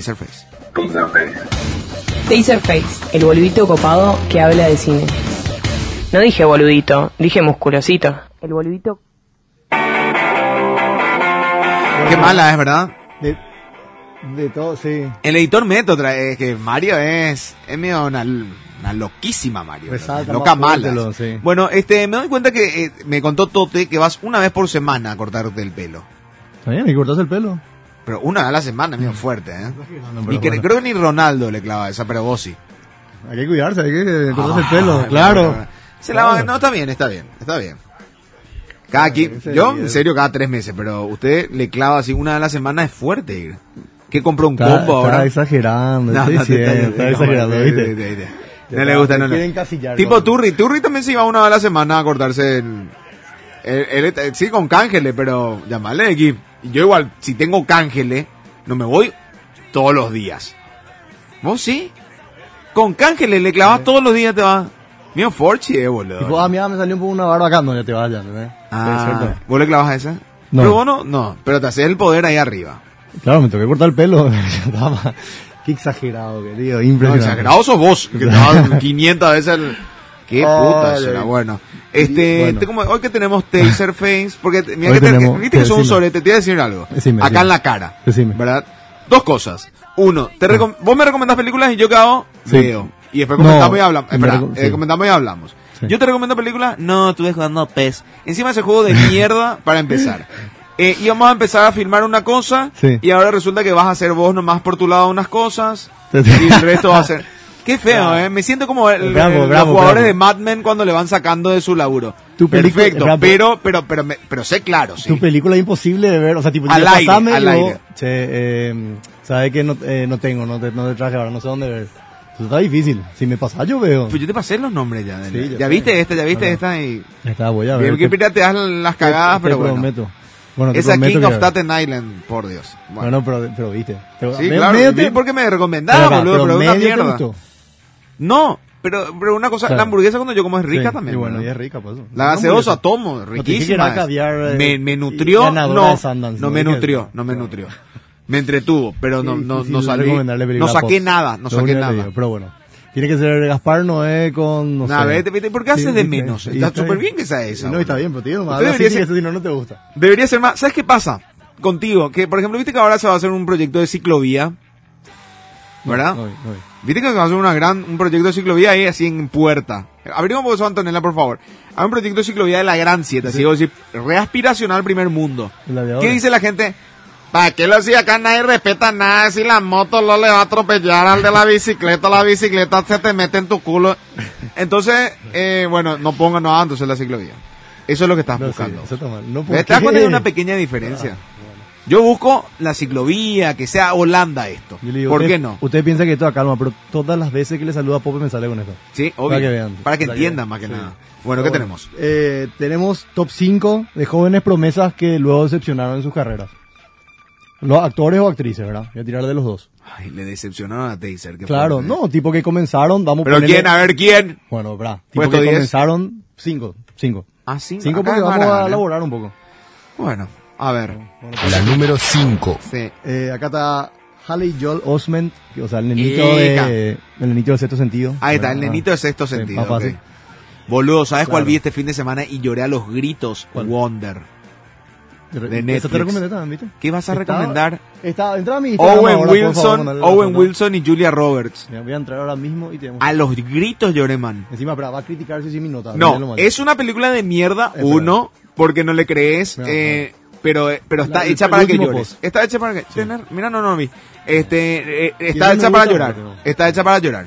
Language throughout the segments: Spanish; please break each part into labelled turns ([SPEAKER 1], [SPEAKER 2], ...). [SPEAKER 1] Taserface.
[SPEAKER 2] Taserface, el boludito copado que habla de cine. No dije boludito, dije musculosito. El boludito.
[SPEAKER 1] Qué mala es, ¿verdad?
[SPEAKER 3] De, de todo, sí.
[SPEAKER 1] El editor Meto trae es que Mario es, es medio una, una loquísima Mario.
[SPEAKER 3] Resalta
[SPEAKER 1] loca
[SPEAKER 3] más fuerte
[SPEAKER 1] mala.
[SPEAKER 3] lo- sí.
[SPEAKER 1] Bueno, este, me doy cuenta que eh, me contó Tote que vas una vez por semana a cortarte el pelo.
[SPEAKER 3] También me cortaste el pelo.
[SPEAKER 1] Pero una a la semana, medio fuerte, ¿eh?
[SPEAKER 3] Mm. No, pero
[SPEAKER 1] Y que,
[SPEAKER 3] bueno.
[SPEAKER 1] creo que ni Ronaldo le clava esa, pero vos sí.
[SPEAKER 3] Hay que cuidarse, hay que cortarse
[SPEAKER 1] Ah,
[SPEAKER 3] el pelo, claro.
[SPEAKER 1] Se la va-
[SPEAKER 3] Claro.
[SPEAKER 1] no, está bien, está bien, está bien. Cada
[SPEAKER 3] Ay,
[SPEAKER 1] qui-
[SPEAKER 3] ese
[SPEAKER 1] yo
[SPEAKER 3] día.
[SPEAKER 1] en serio cada tres meses, pero usted le clava así una a la semana es fuerte. Que compró un
[SPEAKER 3] Está,
[SPEAKER 1] combo
[SPEAKER 3] está
[SPEAKER 1] ahora.
[SPEAKER 3] exagerando,
[SPEAKER 1] No,
[SPEAKER 3] estoy
[SPEAKER 1] no, te
[SPEAKER 3] diciendo,
[SPEAKER 1] estás-
[SPEAKER 3] eh, está
[SPEAKER 1] no,
[SPEAKER 3] exagerando,
[SPEAKER 1] te- te-
[SPEAKER 3] ¿viste?
[SPEAKER 1] te- te-
[SPEAKER 3] Te
[SPEAKER 1] No le
[SPEAKER 3] está-
[SPEAKER 1] gusta,
[SPEAKER 3] te
[SPEAKER 1] no, no.
[SPEAKER 3] quieren encasillar
[SPEAKER 1] Tipo
[SPEAKER 3] con-
[SPEAKER 1] Turri, Turri también se iba una vez a la semana a cortarse el... el- el- el- sí, con cángeles, pero llamarle aquí. Yo igual, si tengo cángeles, no me voy todos los días. ¿Vos sí? Con cángeles le clavas todos los días, te vas. Mío Forchi, eh, boludo.
[SPEAKER 3] Tipo, ah, mira, me salió un poco una barba acá, no, ya te vayas, ¿eh?
[SPEAKER 1] Ah,
[SPEAKER 3] Puede ser,
[SPEAKER 1] ¿Vos le clavas a esa?
[SPEAKER 3] No.
[SPEAKER 1] Pero vos no, no, pero te haces el poder ahí arriba.
[SPEAKER 3] ¿no? Claro, me toqué cortar el pelo. Estaba- Qué exagerado, querido,
[SPEAKER 1] No,
[SPEAKER 3] impresionante.
[SPEAKER 1] exagerado sos vos, que te vas 500 veces el... Qué
[SPEAKER 3] Ay,
[SPEAKER 1] puta
[SPEAKER 3] ay.
[SPEAKER 1] será, bueno. Este,
[SPEAKER 3] Bueno.
[SPEAKER 1] te- como- hoy que tenemos Taserface, porque te- mira
[SPEAKER 3] Hoy
[SPEAKER 1] que te-
[SPEAKER 3] tenemos-
[SPEAKER 1] viste que
[SPEAKER 3] te
[SPEAKER 1] sos un
[SPEAKER 3] decime.
[SPEAKER 1] sorete, te voy a decir algo.
[SPEAKER 3] Decime,
[SPEAKER 1] Acá
[SPEAKER 3] decime.
[SPEAKER 1] en la cara,
[SPEAKER 3] Decime. Ah.
[SPEAKER 1] ¿verdad? Dos cosas. Uno, te recom- vos me recomendás películas y yo qué hago?
[SPEAKER 3] Sí.
[SPEAKER 1] Veo. Y después
[SPEAKER 3] No,
[SPEAKER 1] comentamos y hablamos.
[SPEAKER 3] me
[SPEAKER 1] Espera,
[SPEAKER 3] recom-
[SPEAKER 1] eh,
[SPEAKER 3] sí.
[SPEAKER 1] comentamos y hablamos.
[SPEAKER 3] Sí.
[SPEAKER 1] Yo te recomiendo películas, no, tú dejas jugando PES. Encima ese juego de mierda para empezar. Eh, íbamos a empezar a filmar una cosa
[SPEAKER 3] Sí.
[SPEAKER 1] y ahora resulta que vas a hacer vos nomás por tu lado unas cosas
[SPEAKER 3] Te- te-
[SPEAKER 1] y el resto va a ser. Qué feo, ¿eh? Me siento como el- el-
[SPEAKER 3] Bravo,
[SPEAKER 1] los
[SPEAKER 3] bravo,
[SPEAKER 1] jugadores
[SPEAKER 3] bravo.
[SPEAKER 1] de Mad Men cuando le van sacando de su laburo.
[SPEAKER 3] Tu película-
[SPEAKER 1] Perfecto,
[SPEAKER 3] bravo.
[SPEAKER 1] pero, pero, pero, me- pero sé claro, sí.
[SPEAKER 3] Tu película es imposible de ver, o sea, tipo,
[SPEAKER 1] Al
[SPEAKER 3] yo
[SPEAKER 1] aire,
[SPEAKER 3] pasame
[SPEAKER 1] al
[SPEAKER 3] y vos,
[SPEAKER 1] aire.
[SPEAKER 3] che, eh, sabes que no, eh, no tengo, no te, no te traje ahora, no sé dónde ver. Eso está difícil, si me pasa yo veo.
[SPEAKER 1] Pues yo te pasé los nombres ya. de-
[SPEAKER 3] Sí,
[SPEAKER 1] ya
[SPEAKER 3] ya sé.
[SPEAKER 1] viste esta, ya viste
[SPEAKER 3] Ahora.
[SPEAKER 1] esta y...
[SPEAKER 3] Está, voy a ver.
[SPEAKER 1] Bien
[SPEAKER 3] te-
[SPEAKER 1] que pirateas las
[SPEAKER 3] te-
[SPEAKER 1] cagadas,
[SPEAKER 3] te
[SPEAKER 1] pero bueno.
[SPEAKER 3] prometo. Bueno, te
[SPEAKER 1] Esa
[SPEAKER 3] prometo
[SPEAKER 1] King
[SPEAKER 3] que
[SPEAKER 1] of
[SPEAKER 3] voy a ver.
[SPEAKER 1] Staten Island, por Dios. Bueno,
[SPEAKER 3] Bueno, pero, pero viste. Te-
[SPEAKER 1] sí,
[SPEAKER 3] me-
[SPEAKER 1] claro.
[SPEAKER 3] medio
[SPEAKER 1] vi
[SPEAKER 3] te-
[SPEAKER 1] porque me recomendaba,
[SPEAKER 3] pero,
[SPEAKER 1] boludo, pero
[SPEAKER 3] medio
[SPEAKER 1] una
[SPEAKER 3] te
[SPEAKER 1] mierda.
[SPEAKER 3] gustó.
[SPEAKER 1] No, pero, pero una cosa,
[SPEAKER 3] Claro.
[SPEAKER 1] la hamburguesa cuando yo como es rica
[SPEAKER 3] Sí,
[SPEAKER 1] también.
[SPEAKER 3] Y bueno,
[SPEAKER 1] ¿no?
[SPEAKER 3] y es rica, por eso.
[SPEAKER 1] La
[SPEAKER 3] No,
[SPEAKER 1] gaseosa
[SPEAKER 3] hamburguesa.
[SPEAKER 1] tomo,
[SPEAKER 3] No te dije que
[SPEAKER 1] riquísima.
[SPEAKER 3] era
[SPEAKER 1] es.
[SPEAKER 3] caviar, eh,
[SPEAKER 1] me, me
[SPEAKER 3] y
[SPEAKER 1] nutrió,
[SPEAKER 3] ganadora
[SPEAKER 1] no,
[SPEAKER 3] de Sundance,
[SPEAKER 1] no
[SPEAKER 3] ¿no?
[SPEAKER 1] me
[SPEAKER 3] Dije-
[SPEAKER 1] nutrió, no me
[SPEAKER 3] Claro.
[SPEAKER 1] nutrió. Me entretuvo, pero no,
[SPEAKER 3] Qué
[SPEAKER 1] no, no
[SPEAKER 3] difícil
[SPEAKER 1] salí,
[SPEAKER 3] recomendarle
[SPEAKER 1] no
[SPEAKER 3] películas
[SPEAKER 1] saqué
[SPEAKER 3] post.
[SPEAKER 1] nada, no
[SPEAKER 3] Lo único
[SPEAKER 1] saqué
[SPEAKER 3] que te
[SPEAKER 1] nada.
[SPEAKER 3] digo, pero bueno, tiene que ser Gaspar Noé con, no
[SPEAKER 1] Nah,
[SPEAKER 3] sé.
[SPEAKER 1] vete, vete, ¿por qué haces
[SPEAKER 3] Sí,
[SPEAKER 1] de
[SPEAKER 3] sí,
[SPEAKER 1] menos?
[SPEAKER 3] sí,
[SPEAKER 1] Está súper
[SPEAKER 3] bien
[SPEAKER 1] bien que sea esa,
[SPEAKER 3] No, está
[SPEAKER 1] boludo.
[SPEAKER 3] bien, pero tío,
[SPEAKER 1] Usted
[SPEAKER 3] habla así,
[SPEAKER 1] debería
[SPEAKER 3] sí,
[SPEAKER 1] ser-
[SPEAKER 3] eso sí, no, no te gusta.
[SPEAKER 1] Debería ser más, ¿sabes qué pasa? Contigo, que por ejemplo, viste que ahora se va a hacer un proyecto de ciclovía, ¿verdad?
[SPEAKER 3] No, no, no.
[SPEAKER 1] Viste que se va a hacer una gran, un proyecto de ciclovía ahí así en puerta. Abrimos por eso, Antonella, por favor. Hay un proyecto de ciclovía de la Gran 7, así vos decís, reaspiracional primer mundo.
[SPEAKER 3] La de ahora.
[SPEAKER 1] ¿Qué dice la gente? ¿Para qué lo hacía acá? Nadie respeta nada. Si la moto no le va a atropellar al de la bicicleta, la bicicleta se te mete en tu culo. Entonces, eh, bueno, no pongan nada entonces la ciclovía. Eso es lo que estás
[SPEAKER 3] No, sí,
[SPEAKER 1] buscando.
[SPEAKER 3] eso está mal. No, Ah, ¿por
[SPEAKER 1] ¿Ves? ¿Te das
[SPEAKER 3] qué?
[SPEAKER 1] cuenta de una pequeña diferencia? Yo busco la ciclovía, que sea Holanda esto.
[SPEAKER 3] Yo le digo,
[SPEAKER 1] ¿Por
[SPEAKER 3] usted-
[SPEAKER 1] qué no?
[SPEAKER 3] Usted piensa que esto calma, pero todas las veces que le saluda a Pope me sale con esto.
[SPEAKER 1] Sí, obvio.
[SPEAKER 3] Para que vean.
[SPEAKER 1] Para que
[SPEAKER 3] Para que
[SPEAKER 1] entiendan
[SPEAKER 3] vean.
[SPEAKER 1] más que
[SPEAKER 3] Sí.
[SPEAKER 1] nada. Bueno, ¿qué tenemos?
[SPEAKER 3] Eh, tenemos top 5 de jóvenes promesas que luego decepcionaron en sus carreras. Los actores o actrices, ¿verdad? Voy a tirar de los dos.
[SPEAKER 1] Ay, le decepcionaron a Taser. qué
[SPEAKER 3] Claro,
[SPEAKER 1] fuerte.
[SPEAKER 3] no, tipo que comenzaron, vamos
[SPEAKER 1] Pero
[SPEAKER 3] ponerle-
[SPEAKER 1] quién, a ver quién.
[SPEAKER 3] Bueno, ¿verdad? Tipo
[SPEAKER 1] Puesto
[SPEAKER 3] que
[SPEAKER 1] 10.
[SPEAKER 3] comenzaron 5, 5.
[SPEAKER 1] Ah, cinco,
[SPEAKER 3] 5
[SPEAKER 1] acá
[SPEAKER 3] porque
[SPEAKER 1] es
[SPEAKER 3] vamos
[SPEAKER 1] Barahona.
[SPEAKER 3] a elaborar un poco.
[SPEAKER 1] Bueno, a ver.
[SPEAKER 4] La número 5.
[SPEAKER 1] Sí.
[SPEAKER 3] Eh, acá está Haley Joel Osment, que, o sea, el nenito
[SPEAKER 1] Eca.
[SPEAKER 3] de, el nenito del sexto sentido.
[SPEAKER 1] Ahí está, el
[SPEAKER 3] ¿verdad?
[SPEAKER 1] nenito de sexto
[SPEAKER 3] Sí,
[SPEAKER 1] sentido.
[SPEAKER 3] más fácil.
[SPEAKER 1] ok. Boludo, ¿sabes cuál
[SPEAKER 3] Claro.
[SPEAKER 1] vi este fin de semana y lloré a los gritos?
[SPEAKER 3] ¿Cuál?
[SPEAKER 1] Wonder.
[SPEAKER 3] Pero-
[SPEAKER 1] de
[SPEAKER 3] eso
[SPEAKER 1] Netflix.
[SPEAKER 3] te recomendé también, ¿viste?
[SPEAKER 1] ¿Qué vas a
[SPEAKER 3] Está-
[SPEAKER 1] recomendar?
[SPEAKER 3] Está, entra a mi Instagram
[SPEAKER 1] Owen
[SPEAKER 3] ahora, por favor,
[SPEAKER 1] Wilson,
[SPEAKER 3] mandale la
[SPEAKER 1] Owen
[SPEAKER 3] foto.
[SPEAKER 1] Wilson y Julia Roberts.
[SPEAKER 3] Mira, voy a entrar ahora mismo y tenemos.
[SPEAKER 1] A los gritos lloré, man.
[SPEAKER 3] Encima, pero va a criticar si sí mi nota. ya lo
[SPEAKER 1] Ah. No,
[SPEAKER 3] mandé.
[SPEAKER 1] es una película de mierda,
[SPEAKER 3] Espera.
[SPEAKER 1] uno, porque no le crees,
[SPEAKER 3] Mira,
[SPEAKER 1] eh, pero, eh, pero está
[SPEAKER 3] La- el-
[SPEAKER 1] hecha
[SPEAKER 3] el
[SPEAKER 1] para que
[SPEAKER 3] último
[SPEAKER 1] llores.
[SPEAKER 3] post.
[SPEAKER 1] Está hecha para que... tener- Mira, no, no, vi. Este, eh,
[SPEAKER 3] no
[SPEAKER 1] está
[SPEAKER 3] me
[SPEAKER 1] hecha para
[SPEAKER 3] gusta
[SPEAKER 1] llorar.
[SPEAKER 3] porque no.
[SPEAKER 1] Está hecha para llorar.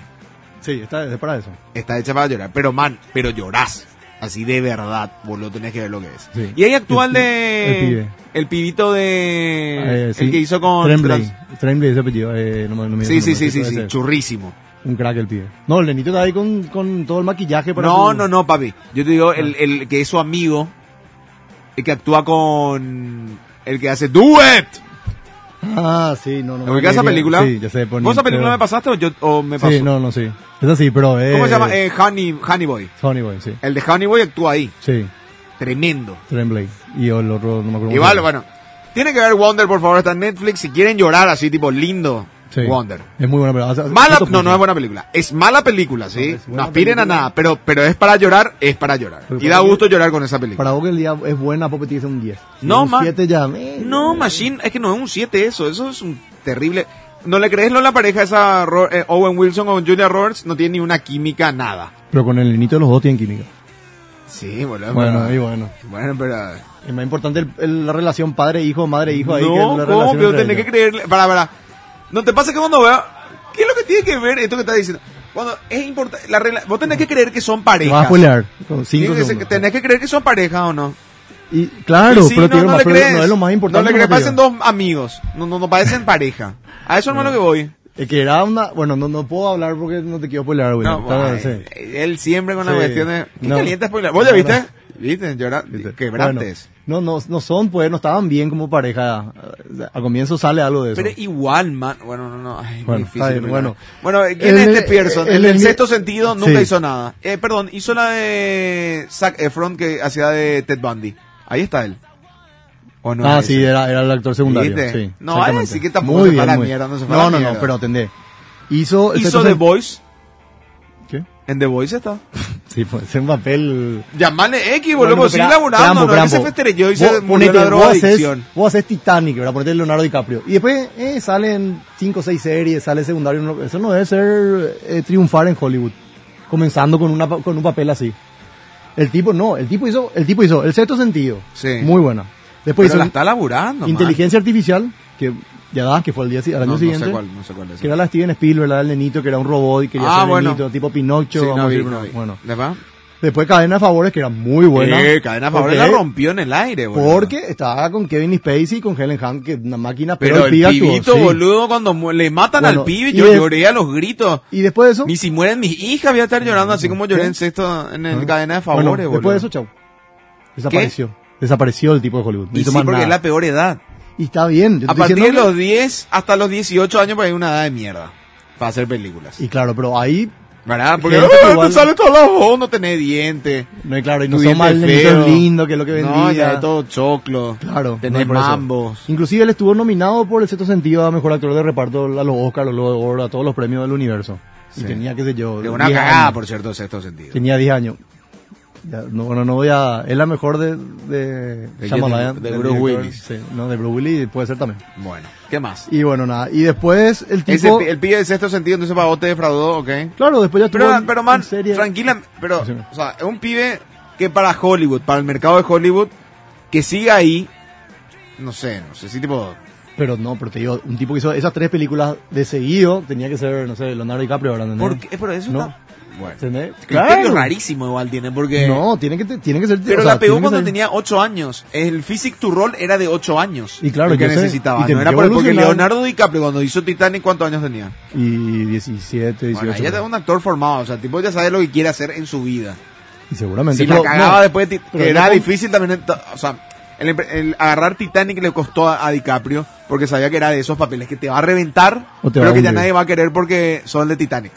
[SPEAKER 3] Sí, está, es para eso.
[SPEAKER 1] Está hecha para llorar. Pero, man, pero llorás. Así de verdad, lo tenés que ver lo que es.
[SPEAKER 3] Sí.
[SPEAKER 1] Y ahí actúa el
[SPEAKER 3] El
[SPEAKER 1] de...
[SPEAKER 3] pi- el pibe.
[SPEAKER 1] el pibito de...
[SPEAKER 3] Eh, sí,
[SPEAKER 1] El que hizo con...
[SPEAKER 3] Tremblay. Tremblay, ese apellido. Eh, no, me- no me
[SPEAKER 1] Sí, sí,
[SPEAKER 3] no me-
[SPEAKER 1] sí, sí,
[SPEAKER 3] ese-
[SPEAKER 1] sí, churrísimo.
[SPEAKER 3] Un crack el pibe. No, el nenito está ahí con, con todo el maquillaje para. Ah.
[SPEAKER 1] No,
[SPEAKER 3] su-
[SPEAKER 1] no, no, papi. Yo te digo, el, el que es su amigo, el que actúa con... El que hace Do It.
[SPEAKER 3] Ah, sí, no, no.
[SPEAKER 1] ¿Me ubicás
[SPEAKER 3] no,
[SPEAKER 1] esa película?
[SPEAKER 3] Sí, ya sé. por
[SPEAKER 1] ¿Vos
[SPEAKER 3] ni-
[SPEAKER 1] esa película
[SPEAKER 3] pero-
[SPEAKER 1] me pasaste o, yo, o me pasó?
[SPEAKER 3] Sí, no, no, sí. Esa sí, pero. Eh,
[SPEAKER 1] ¿Cómo se llama? Eh, Honey, Honey Boy.
[SPEAKER 3] Sony Boy, sí.
[SPEAKER 1] El de Honey Boy actúa ahí.
[SPEAKER 3] Sí,
[SPEAKER 1] Tremendo.
[SPEAKER 3] Tremblay. Y el otro, no me acuerdo. cómo se
[SPEAKER 1] Igual,
[SPEAKER 3] llama.
[SPEAKER 1] bueno. Tiene que ver Wonder, por favor, está en Netflix. Si quieren llorar así, tipo lindo,
[SPEAKER 3] Sí.
[SPEAKER 1] Wonder.
[SPEAKER 3] Es muy buena película. O sea,
[SPEAKER 1] Mala,
[SPEAKER 3] punto, punto.
[SPEAKER 1] no, no es buena película. Es mala película,
[SPEAKER 3] No,
[SPEAKER 1] ¿sí?
[SPEAKER 3] es buena
[SPEAKER 1] No aspiren a
[SPEAKER 3] película.
[SPEAKER 1] nada, pero, pero es para llorar, es para llorar.
[SPEAKER 3] Pero
[SPEAKER 1] Y da
[SPEAKER 3] para mí-
[SPEAKER 1] gusto llorar con esa película.
[SPEAKER 3] Para vos que el día es buena, Pope te dice un 10. Si
[SPEAKER 1] No,
[SPEAKER 3] un
[SPEAKER 1] ma-
[SPEAKER 3] 7 ya. eh,
[SPEAKER 1] No, Machine, es que no es un 7 eso, eso es un terrible... ¿No le crees lo la pareja esa Ro- eh, Owen Wilson con Julia Roberts? No tiene ni una química, nada.
[SPEAKER 3] Pero con el niñito los dos tienen química.
[SPEAKER 1] Sí, boludo.
[SPEAKER 3] Bueno,
[SPEAKER 1] pero-
[SPEAKER 3] y bueno.
[SPEAKER 1] Bueno, pero...
[SPEAKER 3] Es más importante el- el- la relación padre-hijo, madre-hijo ahí que
[SPEAKER 1] No,
[SPEAKER 3] la
[SPEAKER 1] ¿cómo?
[SPEAKER 3] relación
[SPEAKER 1] Pero
[SPEAKER 3] entre
[SPEAKER 1] tenés que
[SPEAKER 3] ellos.
[SPEAKER 1] creerle. Para, para. No te pasa que cuando veo. ¿Qué es lo que tiene que ver esto que estás diciendo? Cuando es importante. La rela- Vos tenés que creer que son
[SPEAKER 3] Te vas a
[SPEAKER 1] parejas.
[SPEAKER 3] spoilear con
[SPEAKER 1] Tienes
[SPEAKER 3] cinco
[SPEAKER 1] que-
[SPEAKER 3] segundos.
[SPEAKER 1] tenés que creer que son parejas o no.
[SPEAKER 3] Y, claro,
[SPEAKER 1] Y si
[SPEAKER 3] pero,
[SPEAKER 1] no,
[SPEAKER 3] te digo
[SPEAKER 1] no
[SPEAKER 3] más,
[SPEAKER 1] le
[SPEAKER 3] pero
[SPEAKER 1] crees.
[SPEAKER 3] no es lo más importante.
[SPEAKER 1] No le crees,
[SPEAKER 3] nomás te
[SPEAKER 1] parecen
[SPEAKER 3] digo.
[SPEAKER 1] dos amigos. No, no, no parecen pareja. A eso hermano que voy.
[SPEAKER 3] Es que era una... Bueno, no, no puedo hablar porque no te quiero spoilear, güey.
[SPEAKER 1] No,
[SPEAKER 3] Claro,
[SPEAKER 1] ay,
[SPEAKER 3] Pues sí.
[SPEAKER 1] Él siempre con la
[SPEAKER 3] Sí.
[SPEAKER 1] cuestión de. Qué
[SPEAKER 3] No.
[SPEAKER 1] caliente spoiler. ¿Vos ya
[SPEAKER 3] No,
[SPEAKER 1] viste?
[SPEAKER 3] no.
[SPEAKER 1] ¿Viste? Llora-
[SPEAKER 3] ¿Viste?
[SPEAKER 1] eh, Quebrantes.
[SPEAKER 3] Bueno, no, no, no son, pues, no estaban bien como pareja. O sea, Al comienzo sale algo de eso.
[SPEAKER 1] Pero igual, man. Bueno, no, no. Ay,
[SPEAKER 3] Bueno,
[SPEAKER 1] difícil.
[SPEAKER 3] está bien,
[SPEAKER 1] mirar.
[SPEAKER 3] bueno.
[SPEAKER 1] bueno, ¿quién es
[SPEAKER 3] El-
[SPEAKER 1] este Pearson? El,
[SPEAKER 3] el-
[SPEAKER 1] del
[SPEAKER 3] el-
[SPEAKER 1] sexto sentido nunca
[SPEAKER 3] Sí.
[SPEAKER 1] hizo nada. Eh, perdón, hizo la de Zac Efron que hacía de Ted Bundy. Ahí está él. ¿O no?
[SPEAKER 3] ah,
[SPEAKER 1] es
[SPEAKER 3] sí,
[SPEAKER 1] ese?
[SPEAKER 3] era, era el actor secundario.
[SPEAKER 1] ¿Viste?
[SPEAKER 3] Sí,
[SPEAKER 1] No, ahora
[SPEAKER 3] exactamente.
[SPEAKER 1] sí que tampoco se fue a la mierda, no se fue a
[SPEAKER 3] no,
[SPEAKER 1] la
[SPEAKER 3] no,
[SPEAKER 1] mierda.
[SPEAKER 3] no, pero atendé. Hizo.
[SPEAKER 1] Hizo
[SPEAKER 3] Sexto
[SPEAKER 1] The
[SPEAKER 3] Sen-
[SPEAKER 1] Voice.
[SPEAKER 3] ¿Qué?
[SPEAKER 1] En The Voice está.
[SPEAKER 3] Sí, pues, en papel.
[SPEAKER 1] Llamale X, boludo,
[SPEAKER 3] Bueno,
[SPEAKER 1] pues sigue
[SPEAKER 3] pero
[SPEAKER 1] laburando.
[SPEAKER 3] Crampo,
[SPEAKER 1] no, es que
[SPEAKER 3] Crampo.
[SPEAKER 1] se festerelló y se
[SPEAKER 3] Vos
[SPEAKER 1] murió
[SPEAKER 3] ponete,
[SPEAKER 1] la
[SPEAKER 3] vos haces-
[SPEAKER 1] drogadicción.
[SPEAKER 3] Vos haces Titanic, ¿verdad? Ponete Leonardo DiCaprio. Y después eh, salen 5 o 6 series, sale secundario. no- Eso no debe ser eh, triunfar en Hollywood. Comenzando con, una, pa- con un papel así. El tipo, no, el tipo hizo, el tipo hizo El Sexto Sentido.
[SPEAKER 1] Sí.
[SPEAKER 3] Muy buena. Después
[SPEAKER 1] Pero la
[SPEAKER 3] hizo
[SPEAKER 1] está laburando, man.
[SPEAKER 3] Inteligencia Artificial, que ya da, que fue al, día, si- al
[SPEAKER 1] No,
[SPEAKER 3] año
[SPEAKER 1] no
[SPEAKER 3] siguiente.
[SPEAKER 1] sé cuál, no sé cuál es.
[SPEAKER 3] Que era la Steven Spielberg, la del nenito, que era un robot y quería
[SPEAKER 1] Ah,
[SPEAKER 3] ser el
[SPEAKER 1] bueno.
[SPEAKER 3] nenito, tipo Pinocho.
[SPEAKER 1] Sí,
[SPEAKER 3] vamos
[SPEAKER 1] no
[SPEAKER 3] a
[SPEAKER 1] vi,
[SPEAKER 3] decir,
[SPEAKER 1] no vi.
[SPEAKER 3] Bueno.
[SPEAKER 1] ¿De verdad?
[SPEAKER 3] Después Cadena de Favores, que era muy buena.
[SPEAKER 1] Eh, cadena favor,
[SPEAKER 3] Porque-
[SPEAKER 1] la rompió en el aire, boludo.
[SPEAKER 3] Porque estaba con Kevin Spacey y con Helen Hunt, que es una máquina, pero,
[SPEAKER 1] Pero el
[SPEAKER 3] pibe actuó,
[SPEAKER 1] pibito,
[SPEAKER 3] sí.
[SPEAKER 1] boludo, cuando mu- le matan
[SPEAKER 3] Bueno,
[SPEAKER 1] al pibe,
[SPEAKER 3] y
[SPEAKER 1] yo
[SPEAKER 3] es-
[SPEAKER 1] lloré a los gritos.
[SPEAKER 3] Y después de eso...
[SPEAKER 1] Ni si mueren mis hijas voy a estar llorando así como lloré en sexto en el
[SPEAKER 3] Ah.
[SPEAKER 1] cadena de
[SPEAKER 3] Bueno,
[SPEAKER 1] favores, boludo.
[SPEAKER 3] Después de eso, chau. Desapareció. Desapareció el tipo de Hollywood. No
[SPEAKER 1] y sí,
[SPEAKER 3] hizo
[SPEAKER 1] porque
[SPEAKER 3] más
[SPEAKER 1] es
[SPEAKER 3] nada.
[SPEAKER 1] la peor edad.
[SPEAKER 3] Y está bien. yo
[SPEAKER 1] A
[SPEAKER 3] estoy
[SPEAKER 1] partir de
[SPEAKER 3] diciendo
[SPEAKER 1] los 10 hasta los 18 años, pues hay una edad de mierda para hacer películas.
[SPEAKER 3] que- Y claro, pero ahí...
[SPEAKER 1] ¿Verdad? Porque
[SPEAKER 3] Gente que
[SPEAKER 1] ¡ah, te
[SPEAKER 3] igual-
[SPEAKER 1] sale todos los ojos, no tenés dientes.
[SPEAKER 3] No, y claro, y no
[SPEAKER 1] tu
[SPEAKER 3] son
[SPEAKER 1] diente
[SPEAKER 3] más
[SPEAKER 1] es
[SPEAKER 3] lindo,
[SPEAKER 1] feo.
[SPEAKER 3] lindo que lo que vendía.
[SPEAKER 1] No, ya es todo choclo.
[SPEAKER 3] Claro.
[SPEAKER 1] Tenés
[SPEAKER 3] no, por eso.
[SPEAKER 1] mambos.
[SPEAKER 3] Inclusive él estuvo nominado por el cierto sentido a mejor actor de reparto a los Oscars, a los Globo de Oro, a todos los premios del universo.
[SPEAKER 1] Sí.
[SPEAKER 3] Y tenía, qué sé yo...
[SPEAKER 1] De una
[SPEAKER 3] 10
[SPEAKER 1] cagada,
[SPEAKER 3] años.
[SPEAKER 1] por cierto, en sexto sentido.
[SPEAKER 3] Tenía 10 años. Ya, no, bueno, no voy a... Es la mejor de... De, Shyamalan,
[SPEAKER 1] de
[SPEAKER 3] del
[SPEAKER 1] Bruce
[SPEAKER 3] director.
[SPEAKER 1] Willis.
[SPEAKER 3] Sí, no, de Bruce Willis puede ser también.
[SPEAKER 1] Bueno, ¿qué más?
[SPEAKER 3] Y bueno, nada. Y después el
[SPEAKER 1] Ese
[SPEAKER 3] tipo...
[SPEAKER 1] pi- el pibe de sexto sentido, entonces para vos te defraudó, ¿ok?
[SPEAKER 3] claro, después ya estuvo
[SPEAKER 1] Pero,
[SPEAKER 3] en-
[SPEAKER 1] pero man,
[SPEAKER 3] en serie-
[SPEAKER 1] tranquila, pero,
[SPEAKER 3] Decime.
[SPEAKER 1] o sea, es un pibe que para Hollywood, para el mercado de Hollywood, que siga ahí, no sé, no sé, sí, tipo,
[SPEAKER 3] Pero no, pero te digo, un tipo que hizo esas tres películas de seguido tenía que ser, no sé, Leonardo DiCaprio, ¿verdad? ¿entendés?
[SPEAKER 1] ¿por qué? Pero eso
[SPEAKER 3] No.
[SPEAKER 1] está... Bueno,
[SPEAKER 3] ¿Entendés?
[SPEAKER 1] criterio
[SPEAKER 3] Claro.
[SPEAKER 1] rarísimo igual tiene, porque...
[SPEAKER 3] No, tiene que, te- tiene que ser...
[SPEAKER 1] Pero
[SPEAKER 3] o sea,
[SPEAKER 1] la pegó
[SPEAKER 3] tiene que
[SPEAKER 1] cuando
[SPEAKER 3] ser-
[SPEAKER 1] tenía 8 años. El Physic to Roll era de 8 años.
[SPEAKER 3] Y claro,
[SPEAKER 1] lo que
[SPEAKER 3] yo sé.
[SPEAKER 1] necesitaba.
[SPEAKER 3] Y te-
[SPEAKER 1] no era
[SPEAKER 3] yo
[SPEAKER 1] por- porque
[SPEAKER 3] evolucionaba.
[SPEAKER 1] Leonardo DiCaprio cuando hizo Titanic, ¿cuántos años tenía?
[SPEAKER 3] Y 17, 18.
[SPEAKER 1] Bueno, ella es un actor formado, o sea, el tipo ya sabe lo que quiere hacer en su vida.
[SPEAKER 3] Y seguramente.
[SPEAKER 1] Si la
[SPEAKER 3] pero-
[SPEAKER 1] cagaba
[SPEAKER 3] no,
[SPEAKER 1] después, de Ti-
[SPEAKER 3] pero
[SPEAKER 1] que
[SPEAKER 3] yo
[SPEAKER 1] era
[SPEAKER 3] con-
[SPEAKER 1] difícil también, ento- o sea, el, empre- el agarrar Titanic le costó a, a DiCaprio porque sabía que era de esos papeles que te va a reventar,
[SPEAKER 3] O te va
[SPEAKER 1] pero
[SPEAKER 3] a
[SPEAKER 1] que ya
[SPEAKER 3] hundir.
[SPEAKER 1] nadie va a querer porque son de Titanic.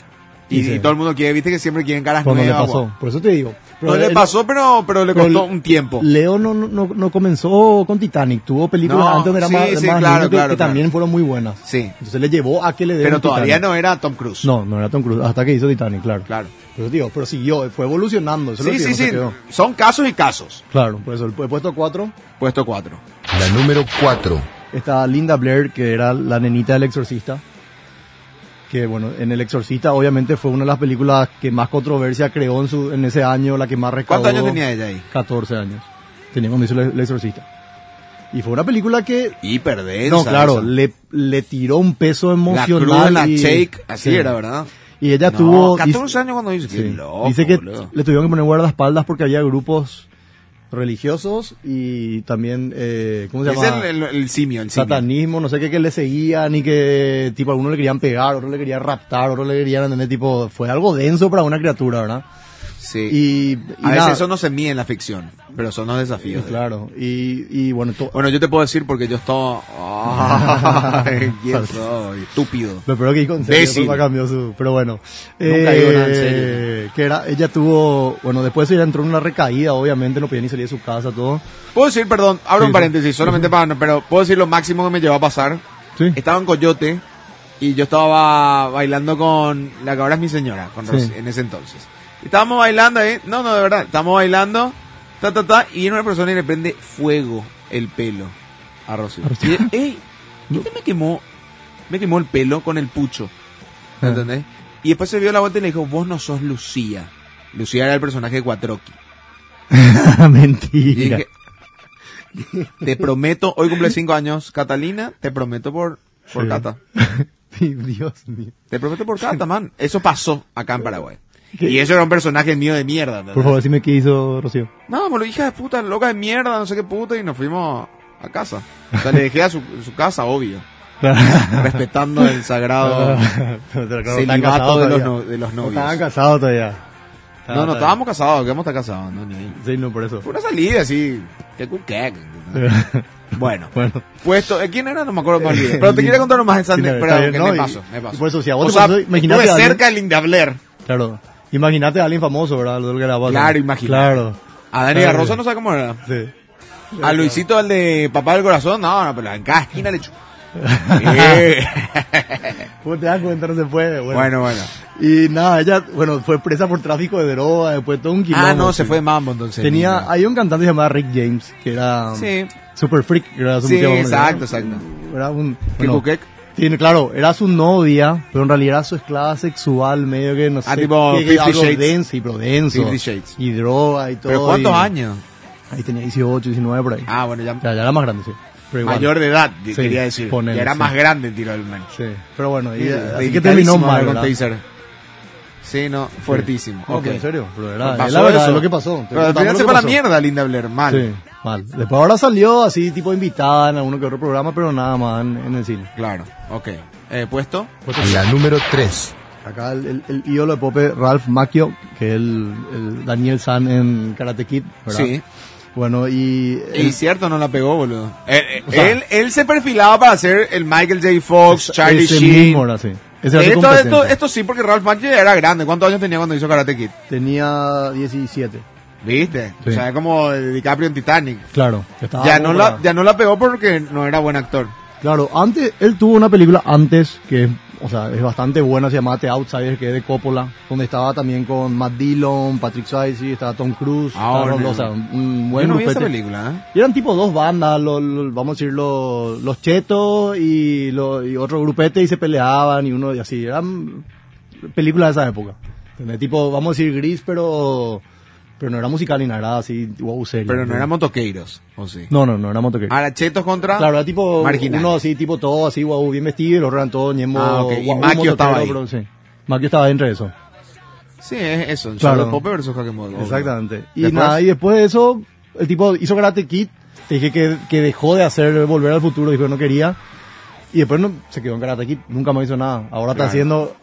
[SPEAKER 1] Y,
[SPEAKER 3] Y sí.
[SPEAKER 1] y todo el mundo quiere, viste que siempre quieren caras
[SPEAKER 3] Cuando le
[SPEAKER 1] nuevas.
[SPEAKER 3] pasó.
[SPEAKER 1] guau.
[SPEAKER 3] Por eso te digo.
[SPEAKER 1] No le
[SPEAKER 3] él-
[SPEAKER 1] pasó, pero, pero le
[SPEAKER 3] pero
[SPEAKER 1] costó
[SPEAKER 3] el-
[SPEAKER 1] un tiempo.
[SPEAKER 3] Leo no, no- no, no comenzó con Titanic. Tuvo películas
[SPEAKER 1] No,
[SPEAKER 3] antes donde era
[SPEAKER 1] sí,
[SPEAKER 3] más,
[SPEAKER 1] sí,
[SPEAKER 3] más
[SPEAKER 1] claro,
[SPEAKER 3] niño que,
[SPEAKER 1] claro,
[SPEAKER 3] que
[SPEAKER 1] claro.
[SPEAKER 3] también fueron muy buenas.
[SPEAKER 1] Sí.
[SPEAKER 3] Entonces le llevó a que le den
[SPEAKER 1] Pero todavía
[SPEAKER 3] Titanic.
[SPEAKER 1] no era Tom Cruise.
[SPEAKER 3] No, no era Tom Cruise. Hasta que hizo Titanic, claro.
[SPEAKER 1] Claro.
[SPEAKER 3] Por eso te digo, pero siguió, fue evolucionando. Eso
[SPEAKER 1] Sí,
[SPEAKER 3] es lo
[SPEAKER 1] sí,
[SPEAKER 3] que
[SPEAKER 1] sí.
[SPEAKER 3] digo, no se
[SPEAKER 1] Son casos y casos.
[SPEAKER 3] quedó. Claro, por eso el pu- puesto 4
[SPEAKER 1] Puesto 4.
[SPEAKER 4] La número 4.
[SPEAKER 3] está Linda Blair, que era la nenita del exorcista. Que bueno, en El Exorcista obviamente fue una de las películas que más controversia creó en, su, en ese año, la que más recaudó.
[SPEAKER 1] ¿Cuántos años tenía ella ahí?
[SPEAKER 3] 14 años. Tenía cuando hizo El Exorcista. Y fue una película que...
[SPEAKER 1] Hiperdensa.
[SPEAKER 3] No, claro,
[SPEAKER 1] esa.
[SPEAKER 3] le, le tiró un peso
[SPEAKER 1] La
[SPEAKER 3] emocional.
[SPEAKER 1] cruda, la
[SPEAKER 3] y-
[SPEAKER 1] shake, así
[SPEAKER 3] sí.
[SPEAKER 1] era, ¿verdad?
[SPEAKER 3] Y ella
[SPEAKER 1] No,
[SPEAKER 3] tuvo...
[SPEAKER 1] 14 años cuando dice,
[SPEAKER 3] Sí.
[SPEAKER 1] qué loco,
[SPEAKER 3] Dice que
[SPEAKER 1] boludo.
[SPEAKER 3] le tuvieron que poner guardaespaldas porque había grupos religiosos y también, eh, ¿cómo se
[SPEAKER 1] Es
[SPEAKER 3] llama?
[SPEAKER 1] el, el, el simio, el simio.
[SPEAKER 3] Satanismo, no sé qué, que le seguían y que, tipo, algunos le querían pegar, otros le querían raptar, otros le querían, ¿entendés? Tipo, fue algo denso para una criatura, ¿verdad?
[SPEAKER 1] Sí.
[SPEAKER 3] Y, y
[SPEAKER 1] a veces
[SPEAKER 3] nada.
[SPEAKER 1] eso no se mide en la ficción, pero son los desafíos.
[SPEAKER 3] Claro, y, y bueno, to-
[SPEAKER 1] Bueno, yo te puedo decir porque yo estaba... Ay, ¿quién soy? Estúpido.
[SPEAKER 3] Lo peor que dijo en serio,
[SPEAKER 1] Imbécil.
[SPEAKER 3] después cambió su... Pero bueno. Eh,
[SPEAKER 1] Nunca digo nada en serio.
[SPEAKER 3] Que era, ella tuvo... Bueno, después ella entró en una recaída, obviamente, no podía ni salir de su casa, todo.
[SPEAKER 1] Puedo decir, perdón, abro
[SPEAKER 3] Sí,
[SPEAKER 1] un
[SPEAKER 3] sí.
[SPEAKER 1] paréntesis, solamente para... no- Pero puedo decir lo máximo que me llevó a pasar.
[SPEAKER 3] Sí.
[SPEAKER 1] Estaba en Coyote y yo estaba bailando con la que ahora es mi señora, con Rosy,
[SPEAKER 3] Sí.
[SPEAKER 1] en ese entonces. Estábamos bailando ahí, no, no, de verdad, estábamos bailando, ta, ta, ta, y viene una persona y le prende fuego el pelo a Rocío.
[SPEAKER 3] A Rocío.
[SPEAKER 1] Y, ey, ¿qué te me quemó? Me quemó el pelo con el pucho,
[SPEAKER 3] Ah.
[SPEAKER 1] ¿entendés? Y después se vio la vuelta y le dijo, vos no sos Lucía. Lucía era el personaje de Cuatroqui. Y
[SPEAKER 3] Mentira.
[SPEAKER 1] dije, te prometo, hoy cumple cinco años Catalina, te prometo por, por
[SPEAKER 3] Sí.
[SPEAKER 1] Cata.
[SPEAKER 3] Sí, Dios mío.
[SPEAKER 1] Te prometo por Cata, man. Eso pasó acá en Paraguay.
[SPEAKER 3] ¿Qué?
[SPEAKER 1] Y eso era un personaje mío de mierda. ¿entendés?
[SPEAKER 3] Por favor, dime qué hizo Rocío.
[SPEAKER 1] No, boludo, hija de puta, loca de mierda, no sé qué puta, y nos fuimos a casa. O sea, le dejé a su, su casa, obvio. Respetando el sagrado.
[SPEAKER 3] Ah,
[SPEAKER 1] Celibato de los no- de los novios.
[SPEAKER 3] No estaban casados todavía.
[SPEAKER 1] No, no, estábamos casados, quedamos hasta casados, no, ni ahí.
[SPEAKER 3] Sí, no, por eso.
[SPEAKER 1] Fue una salida así. Qué cool que- Bueno,
[SPEAKER 3] Bueno.
[SPEAKER 1] puesto, eh, ¿quién era? No me acuerdo, me olvidé. Pero te quería contar nomás en San
[SPEAKER 3] Sí, no,
[SPEAKER 1] pero
[SPEAKER 3] está bien,
[SPEAKER 1] que
[SPEAKER 3] no,
[SPEAKER 1] me
[SPEAKER 3] y-
[SPEAKER 1] paso, me
[SPEAKER 3] y
[SPEAKER 1] paso.
[SPEAKER 3] por eso, si a vos
[SPEAKER 1] O
[SPEAKER 3] te
[SPEAKER 1] sea,
[SPEAKER 3] pasó, imagínate a
[SPEAKER 1] Estuve
[SPEAKER 3] alguien-
[SPEAKER 1] cerca del Indabler.
[SPEAKER 3] Claro. Imagínate a alguien famoso, ¿verdad? Lo que era Batman.
[SPEAKER 1] Claro, imagínate.
[SPEAKER 3] Claro.
[SPEAKER 1] A Dani
[SPEAKER 3] Claro.
[SPEAKER 1] Rosa no sabe cómo era.
[SPEAKER 3] Sí.
[SPEAKER 1] A Luisito, al de Papá del Corazón, no, no, pero en cada esquina le chupó. Eh,
[SPEAKER 3] ¿Cómo Pues te das cuenta? No se puede. Bueno.
[SPEAKER 1] bueno, bueno.
[SPEAKER 3] Y nada, ella, bueno, fue presa por tráfico de droga, después todo un quilombo.
[SPEAKER 1] Ah, no, se
[SPEAKER 3] sí.
[SPEAKER 1] fue de mambo entonces.
[SPEAKER 3] Tenía, hay un cantante llamado Rick James, que era
[SPEAKER 1] Sí.
[SPEAKER 3] super freak, que era su
[SPEAKER 1] Sí,
[SPEAKER 3] último nombre,
[SPEAKER 1] exacto,
[SPEAKER 3] ¿no?
[SPEAKER 1] exacto.
[SPEAKER 3] Era un,
[SPEAKER 1] ¿Qué buquec?
[SPEAKER 3] tiene, claro, era su novia, pero en realidad era su esclava sexual, medio que no sé.
[SPEAKER 1] Ah, tipo
[SPEAKER 3] que, que
[SPEAKER 1] 50
[SPEAKER 3] algo
[SPEAKER 1] Shades.
[SPEAKER 3] denso y pero denso.
[SPEAKER 1] 50 Shades.
[SPEAKER 3] Y droga y todo.
[SPEAKER 1] ¿Pero cuántos
[SPEAKER 3] y-
[SPEAKER 1] años?
[SPEAKER 3] Ahí tenía 18, 19 por ahí.
[SPEAKER 1] Ah, bueno, ya,
[SPEAKER 3] O sea, ya era más grande, sí. Pero igual.
[SPEAKER 1] mayor de edad,
[SPEAKER 3] Sí,
[SPEAKER 1] quería decir.
[SPEAKER 3] ponele,
[SPEAKER 1] ya era
[SPEAKER 3] sí.
[SPEAKER 1] más grande el tiro del man.
[SPEAKER 3] Sí, pero bueno, y,
[SPEAKER 1] Sí,
[SPEAKER 3] así que
[SPEAKER 1] delicadísimo
[SPEAKER 3] terminó
[SPEAKER 1] hablar
[SPEAKER 3] mal,
[SPEAKER 1] con
[SPEAKER 3] ¿verdad?
[SPEAKER 1] Taser. Sí, no, fuertísimo.
[SPEAKER 3] No,
[SPEAKER 1] ok.
[SPEAKER 3] pero en serio, pero era,
[SPEAKER 1] Pasó
[SPEAKER 3] es la verdad,
[SPEAKER 1] eso.
[SPEAKER 3] es lo que pasó. Te
[SPEAKER 1] Pero al
[SPEAKER 3] contamos
[SPEAKER 1] final
[SPEAKER 3] lo
[SPEAKER 1] se
[SPEAKER 3] que
[SPEAKER 1] fue a la
[SPEAKER 3] pasó.
[SPEAKER 1] mierda Linda Blair, mal.
[SPEAKER 3] Sí, mal. Después ahora salió así, tipo invitada en alguno que otro programa, pero nada más en, en el cine.
[SPEAKER 1] Claro, ok. Eh, ¿Puesto?
[SPEAKER 4] La número 3.
[SPEAKER 3] Acá el, el- el ídolo de Pope, Ralph Macchio, que es el, el Daniel San en Karate Kid, ¿verdad?
[SPEAKER 1] Sí.
[SPEAKER 3] Bueno, y...
[SPEAKER 1] Y
[SPEAKER 3] el-
[SPEAKER 1] cierto, no la pegó, boludo. Él, él-
[SPEAKER 3] O sea-
[SPEAKER 1] Eh, él, él se perfilaba para ser el Michael J. Fox, Charlie
[SPEAKER 3] ese
[SPEAKER 1] Sheen. Eh,
[SPEAKER 3] mismo era así. Ese era
[SPEAKER 1] esto,
[SPEAKER 3] su
[SPEAKER 1] esto,
[SPEAKER 3] competencia.
[SPEAKER 1] esto sí, porque Ralph Macchio ya era grande. ¿Cuántos años tenía cuando hizo Karate Kid?
[SPEAKER 3] Tenía 17.
[SPEAKER 1] ¿Viste?
[SPEAKER 3] Sí.
[SPEAKER 1] O sea, como DiCaprio en Titanic.
[SPEAKER 3] Claro. estaba
[SPEAKER 1] ya,
[SPEAKER 3] como
[SPEAKER 1] no la,
[SPEAKER 3] para-
[SPEAKER 1] ya no la pegó porque no era buen actor.
[SPEAKER 3] Claro, antes, él tuvo una película antes que, o sea, es bastante buena, se llama The Outsiders, que es de Coppola, donde estaba también con Matt Dillon, Patrick Swayze, estaba Tom Cruise,
[SPEAKER 1] Ah,
[SPEAKER 3] estaba Rob
[SPEAKER 1] bueno.
[SPEAKER 3] Lowe, o sea, un-
[SPEAKER 1] Bueno,
[SPEAKER 3] un buen
[SPEAKER 1] no vi esa
[SPEAKER 3] grupete.
[SPEAKER 1] película, ¿eh?
[SPEAKER 3] Y eran tipo dos bandas, lo- lo- vamos a decir, lo- los chetos y, lo- y otro grupete y se peleaban y uno y así. Eran películas de esa época. ¿Entendés? Tipo, vamos a decir gris, pero, pero no era musical ni nada, era así, wow, serio.
[SPEAKER 1] Pero no eran motoqueiros, ¿o sí?
[SPEAKER 3] No, no, no era motoquero.
[SPEAKER 1] Ahora, Chetos contra...
[SPEAKER 3] Claro, era tipo
[SPEAKER 1] Marginal.
[SPEAKER 3] uno así, tipo todo así, guau, bien vestido, y los eran todos ñembo.
[SPEAKER 1] Ah, ok, y Maquio
[SPEAKER 3] guau, mototero,
[SPEAKER 1] estaba ahí.
[SPEAKER 3] pero sí. Maquio estaba dentro de eso.
[SPEAKER 1] Sí, es eso.
[SPEAKER 3] Claro.
[SPEAKER 1] Claro. Pope versus Hakemoto.
[SPEAKER 3] Exactamente. Y nada, y después de eso, el tipo hizo Karate Kid, te dije que, que dejó de hacer Volver al Futuro, dijo que no quería, y después no, se quedó en Karate Kid, nunca más hizo nada.
[SPEAKER 1] Claro.
[SPEAKER 3] Ahora está haciendo,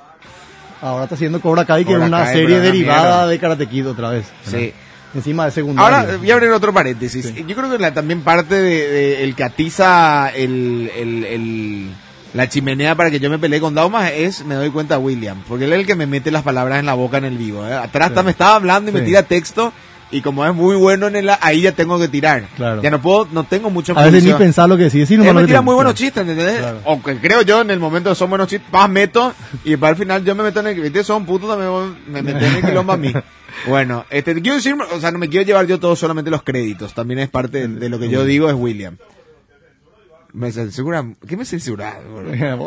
[SPEAKER 3] ahora está haciendo Cobra Kai, que
[SPEAKER 1] Cobra
[SPEAKER 3] es una
[SPEAKER 1] Kai,
[SPEAKER 3] serie
[SPEAKER 1] pero una mierda.
[SPEAKER 3] derivada de Karate Kid otra vez.
[SPEAKER 1] Sí.
[SPEAKER 3] Encima de secundario.
[SPEAKER 1] Ahora voy a abrir otro paréntesis. Yo creo que la, también parte de, de el que atiza el, el- el- la chimenea para que yo me peleé con Daumas es, me doy cuenta, William. Porque él es el que me mete las palabras en la boca en el vivo. ¿eh? Atrás está- me estaba hablando y me
[SPEAKER 3] Sí.
[SPEAKER 1] tira texto. Y como es muy bueno en el... Ahí ya tengo que tirar.
[SPEAKER 3] Claro.
[SPEAKER 1] Ya no puedo, no tengo mucho
[SPEAKER 3] A veces ni
[SPEAKER 1] juicio.
[SPEAKER 3] pensar lo que decís, sino
[SPEAKER 1] Él
[SPEAKER 3] más
[SPEAKER 1] me
[SPEAKER 3] lo que
[SPEAKER 1] tira
[SPEAKER 3] te-
[SPEAKER 1] muy buenos chistes, ¿entendés?
[SPEAKER 3] Claro.
[SPEAKER 1] O que creo yo en el momento son buenos chistes, más meto, y para el final yo me meto en el... ¿Viste? Son putos, también vos- me meten en el quilombo a mí. Bueno, este, te quiero decir, o sea, no me quiero llevar yo todo solamente los créditos, también es parte de, de lo que yo digo es William. Me censura, ¿qué me censura?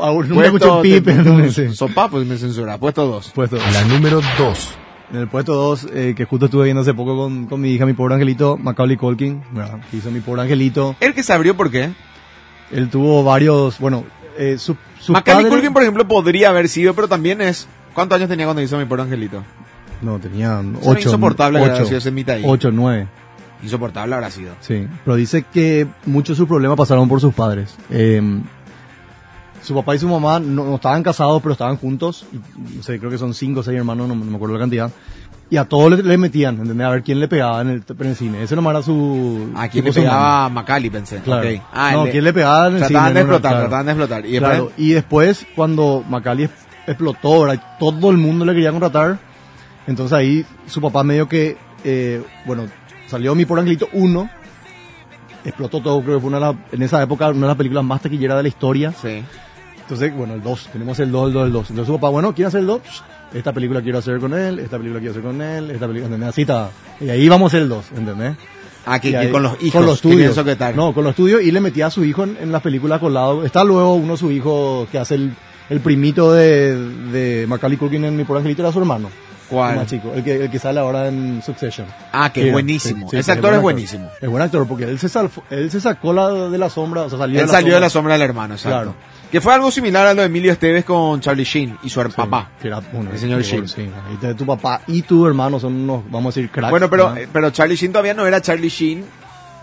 [SPEAKER 3] Aún no me escucho un pip. sí.
[SPEAKER 1] Sopapos pues me censura, puesto dos.
[SPEAKER 3] Puesto.
[SPEAKER 4] La número 2.
[SPEAKER 3] En el puesto 2, que justo estuve viendo hace poco con, con mi hija, mi pobre angelito, Macaulay Culkin, ¿verdad? que hizo mi pobre angelito.
[SPEAKER 1] El que se abrió, ¿por qué?
[SPEAKER 3] Él tuvo varios, bueno, eh, su, su
[SPEAKER 1] Macaulay
[SPEAKER 3] padre-
[SPEAKER 1] Culkin, por ejemplo, podría haber sido, pero también es... ¿Cuántos años tenía cuando hizo mi por angelito?
[SPEAKER 3] No, tenían
[SPEAKER 1] Eso era
[SPEAKER 3] 8.
[SPEAKER 1] insoportable que haya sido ese mitad ahí.
[SPEAKER 3] 8, 9.
[SPEAKER 1] Insoportable habrá sido.
[SPEAKER 3] Sí, pero dice que muchos de sus problemas pasaron por sus padres. Eh, su papá y su mamá no, no estaban casados, pero estaban juntos. Y, no sé, creo que son cinco o seis hermanos, no, no me acuerdo la cantidad. Y a todos le, le metían, ¿entendés? A ver quién le pegaba en el, en el cine. Ese nomás era su...
[SPEAKER 1] ¿A quién le
[SPEAKER 3] tipo su
[SPEAKER 1] pegaba Macaulay, pensé?
[SPEAKER 3] Claro.
[SPEAKER 1] Ok. Ah,
[SPEAKER 3] No,
[SPEAKER 1] el de-
[SPEAKER 3] ¿quién le pegaba en el
[SPEAKER 1] Trataban
[SPEAKER 3] cine?
[SPEAKER 1] de
[SPEAKER 3] En una-
[SPEAKER 1] explotar,
[SPEAKER 3] claro.
[SPEAKER 1] trataban de explotar. Y
[SPEAKER 3] claro,
[SPEAKER 1] después,
[SPEAKER 3] y después cuando Macaulay es- explotó, ¿verdad? todo el mundo le quería contratar, entonces ahí su papá medio que, eh, bueno, salió Mi por Angelito 1, explotó todo, creo que fue una de las- en esa época una de las películas más taquilleras de la historia,
[SPEAKER 1] sí.
[SPEAKER 3] Entonces, bueno, el 2, tenemos el 2, el 2, el 2. Entonces su papá, bueno, ¿quién hace el 2? Esta película quiero hacer con él, esta película quiero hacer con él, esta película, ¿entendés? Así está. Y ahí vamos el 2, ¿entendés?
[SPEAKER 1] Aquí,
[SPEAKER 3] Y ahí-
[SPEAKER 1] Ah, con los hijos.
[SPEAKER 3] Con los
[SPEAKER 1] que
[SPEAKER 3] estudios.
[SPEAKER 1] pienso que tal.
[SPEAKER 3] No, con los estudios y le metía a su hijo en, en las películas colado. Está luego uno su hijo que hace el, el primito de, de Macaulay Culkin en Mi Pobre Angelito, era su hermano.
[SPEAKER 1] ¿Cuál?
[SPEAKER 3] El más chico, el que, el que sale ahora en Succession.
[SPEAKER 1] Ah, que es
[SPEAKER 3] Sí,
[SPEAKER 1] buenísimo.
[SPEAKER 3] sí, sí,
[SPEAKER 1] Ese actor es
[SPEAKER 3] buen
[SPEAKER 1] buenísimo.
[SPEAKER 3] Es buen actor porque él se, salfó- él se sacó la, de la sombra, o sea, salió
[SPEAKER 1] Él salió de la sombra del hermano, exacto.
[SPEAKER 3] Claro.
[SPEAKER 1] Que fue algo similar a lo de Emilio Esteves con Charlie Sheen y su her- papá.
[SPEAKER 3] Que era, bueno,
[SPEAKER 1] El señor
[SPEAKER 3] que-
[SPEAKER 1] Sheen.
[SPEAKER 3] sí, ahí te- tu papá y tu hermano son unos, vamos a decir, cracks.
[SPEAKER 1] Bueno, pero,
[SPEAKER 3] ¿no?
[SPEAKER 1] eh, pero Charlie Sheen todavía no era Charlie Sheen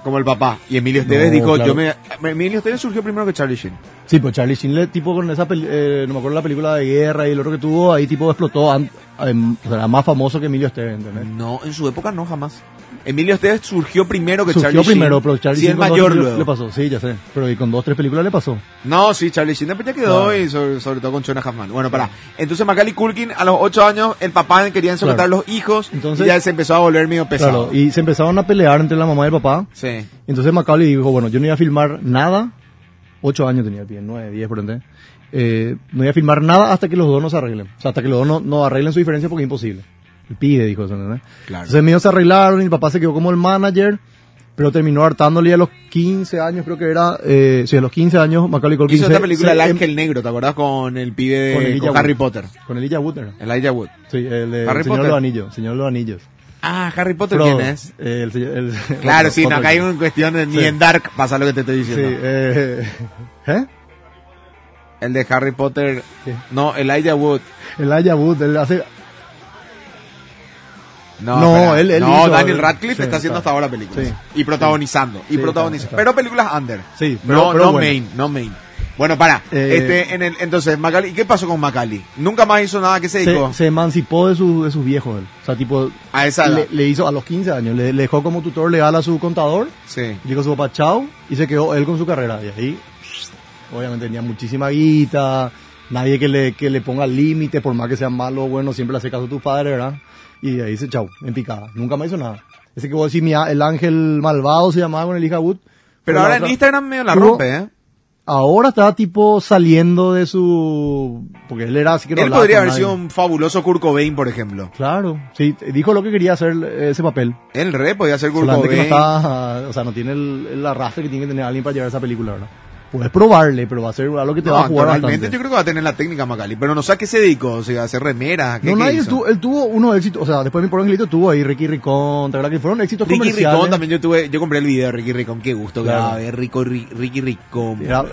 [SPEAKER 1] como el papá. Y Emilio Esteves
[SPEAKER 3] No,
[SPEAKER 1] dijo,
[SPEAKER 3] claro.
[SPEAKER 1] yo me... Emilio Esteves surgió primero que Charlie Sheen.
[SPEAKER 3] Sí, pues Charlie Sheen, le- tipo con esa, peli- eh, no me acuerdo la película de guerra y el otro que tuvo, ahí tipo explotó, an- em, o sea, era más famoso que Emilio Estevez, ¿entendés?
[SPEAKER 1] No, en su época no, jamás. Emilio Esteves surgió primero que
[SPEAKER 3] Surgió
[SPEAKER 1] Charlie Sheen.
[SPEAKER 3] primero, pero Charlie
[SPEAKER 1] Sí, el
[SPEAKER 3] Sheen con dos
[SPEAKER 1] mayor
[SPEAKER 3] películas
[SPEAKER 1] luego.
[SPEAKER 3] le pasó, sí, ya sé, pero y con dos, tres películas le pasó.
[SPEAKER 1] No, sí, Charlie Sheen después ya quedó
[SPEAKER 3] Claro.
[SPEAKER 1] y sobre, sobre todo con Jonah Huffman. Bueno, para. Entonces Macaulay Culkin a los ocho años el papá quería ensoletar
[SPEAKER 3] Claro.
[SPEAKER 1] los hijos
[SPEAKER 3] Entonces-
[SPEAKER 1] y ya se empezó a volver medio pesado.
[SPEAKER 3] Claro, y se empezaron a pelear entre la mamá y el papá,
[SPEAKER 1] Sí.
[SPEAKER 3] entonces Macaulay dijo, bueno, yo no iba a filmar nada, ocho años tenía el pie, nueve, diez, por ende, eh, no iba a filmar nada hasta que los dos no se arreglen, o sea, hasta que los dos no, no arreglen su diferencia porque es imposible. El pide, dijo eso, ¿entendés?
[SPEAKER 1] Claro.
[SPEAKER 3] Entonces medio se arreglaron y el papá se quedó como el manager, pero terminó hartándole y a los 15 años, creo que era, eh, sí, a los 15 años, Macaulay Culkin
[SPEAKER 1] Hizo
[SPEAKER 3] se-
[SPEAKER 1] esta película
[SPEAKER 3] se-
[SPEAKER 1] El
[SPEAKER 3] em-
[SPEAKER 1] Ángel Negro, ¿te acordás? Con el pibe de
[SPEAKER 3] Con Elijah
[SPEAKER 1] con
[SPEAKER 3] Wood.
[SPEAKER 1] Harry Potter.
[SPEAKER 3] Con Elijah Wood, era.
[SPEAKER 1] Elijah Wood.
[SPEAKER 3] Sí, el, de
[SPEAKER 1] Harry
[SPEAKER 3] Señor de
[SPEAKER 1] Potter.
[SPEAKER 3] los Anillos, Señor de los Anillos.
[SPEAKER 1] Ah, Harry Potter,
[SPEAKER 3] Frodo,
[SPEAKER 1] ¿quién es?
[SPEAKER 3] eh, el señor- el-
[SPEAKER 1] Claro,
[SPEAKER 3] otro-
[SPEAKER 1] sí, no,
[SPEAKER 3] otro
[SPEAKER 1] acá hay
[SPEAKER 3] que-
[SPEAKER 1] una cuestión de ni
[SPEAKER 3] Sí.
[SPEAKER 1] en Dark pasa lo que te estoy
[SPEAKER 3] Sí,
[SPEAKER 1] diciendo.
[SPEAKER 3] eh, ¿eh?
[SPEAKER 1] El de Harry Potter.
[SPEAKER 3] ¿Qué?
[SPEAKER 1] No, Elijah Wood.
[SPEAKER 3] Elijah Wood, él hace...
[SPEAKER 1] No,
[SPEAKER 3] No,
[SPEAKER 1] espera.
[SPEAKER 3] él- él
[SPEAKER 1] no
[SPEAKER 3] hizo-
[SPEAKER 1] Daniel Radcliffe
[SPEAKER 3] sí,
[SPEAKER 1] está haciendo
[SPEAKER 3] está.
[SPEAKER 1] hasta ahora películas.
[SPEAKER 3] Sí.
[SPEAKER 1] Y protagonizando. Y
[SPEAKER 3] Sí,
[SPEAKER 1] protagonizando.
[SPEAKER 3] está, está.
[SPEAKER 1] Pero películas under.
[SPEAKER 3] Sí, pero-
[SPEAKER 1] no,
[SPEAKER 3] pero
[SPEAKER 1] no
[SPEAKER 3] bueno.
[SPEAKER 1] main, no main. Bueno, para.
[SPEAKER 3] Eh,
[SPEAKER 1] este, en el, entonces, Macaulay, ¿y ¿qué pasó con Macaulay? Nunca más hizo nada que se dedicó
[SPEAKER 3] Se, se emancipó de, su, de sus viejos, él. O sea, tipo...
[SPEAKER 1] a esa edad.
[SPEAKER 3] Le, le hizo a los 15 años, le, le dejó como tutor legal a su contador
[SPEAKER 1] Sí.
[SPEAKER 3] Dijo su papá chao y se quedó él con su carrera. Y ahí, obviamente, tenía muchísima guita, nadie que le, que le ponga límite, por más que sea malo o bueno, siempre le hace caso a tu padre, ¿verdad? Y de ahí dice chao, en picada. Nunca me hizo nada. Ese que vos decís, mi a- el ángel malvado se llamaba con el hija Wood.
[SPEAKER 1] Pero
[SPEAKER 3] la
[SPEAKER 1] ahora en
[SPEAKER 3] otra-
[SPEAKER 1] Instagram medio la
[SPEAKER 3] tuvo-
[SPEAKER 1] rompe, ¿eh?
[SPEAKER 3] Ahora está tipo saliendo de su. Porque él era así que no
[SPEAKER 1] Él
[SPEAKER 3] hablaba
[SPEAKER 1] podría
[SPEAKER 3] con
[SPEAKER 1] haber
[SPEAKER 3] nadie.
[SPEAKER 1] sido un fabuloso Kurt Cobain, por ejemplo.
[SPEAKER 3] Claro, sí, dijo lo que quería hacer eh, ese papel.
[SPEAKER 1] Él re podía ser Kurt
[SPEAKER 3] Solamente que no
[SPEAKER 1] Cobain.
[SPEAKER 3] está, ah, o sea, no tiene el, el arrastre que tiene que tener alguien para llevar esa película, ¿verdad? Puedes probarle, pero va a ser algo que te
[SPEAKER 1] No,
[SPEAKER 3] va a jugar
[SPEAKER 1] actualmente
[SPEAKER 3] bastante.
[SPEAKER 1] yo creo que va a tener la técnica Macaulay, pero no sé a qué se dedicó, o sea, a hacer remeras. ¿qué-
[SPEAKER 3] No,
[SPEAKER 1] qué
[SPEAKER 3] nadie
[SPEAKER 1] hizo?
[SPEAKER 3] tuvo, él tuvo unos éxitos, o sea, después de mi pobre angelito tuvo ahí Ricky Ricón, ¿te acuerdas que fueron éxitos
[SPEAKER 1] Ricky
[SPEAKER 3] comerciales?
[SPEAKER 1] Ricón también yo tuve, yo compré el video de Ricky Ricón, qué gusto que
[SPEAKER 3] Claro.
[SPEAKER 1] daba ver Rico, Ri- Ricky Ricón.
[SPEAKER 3] Era-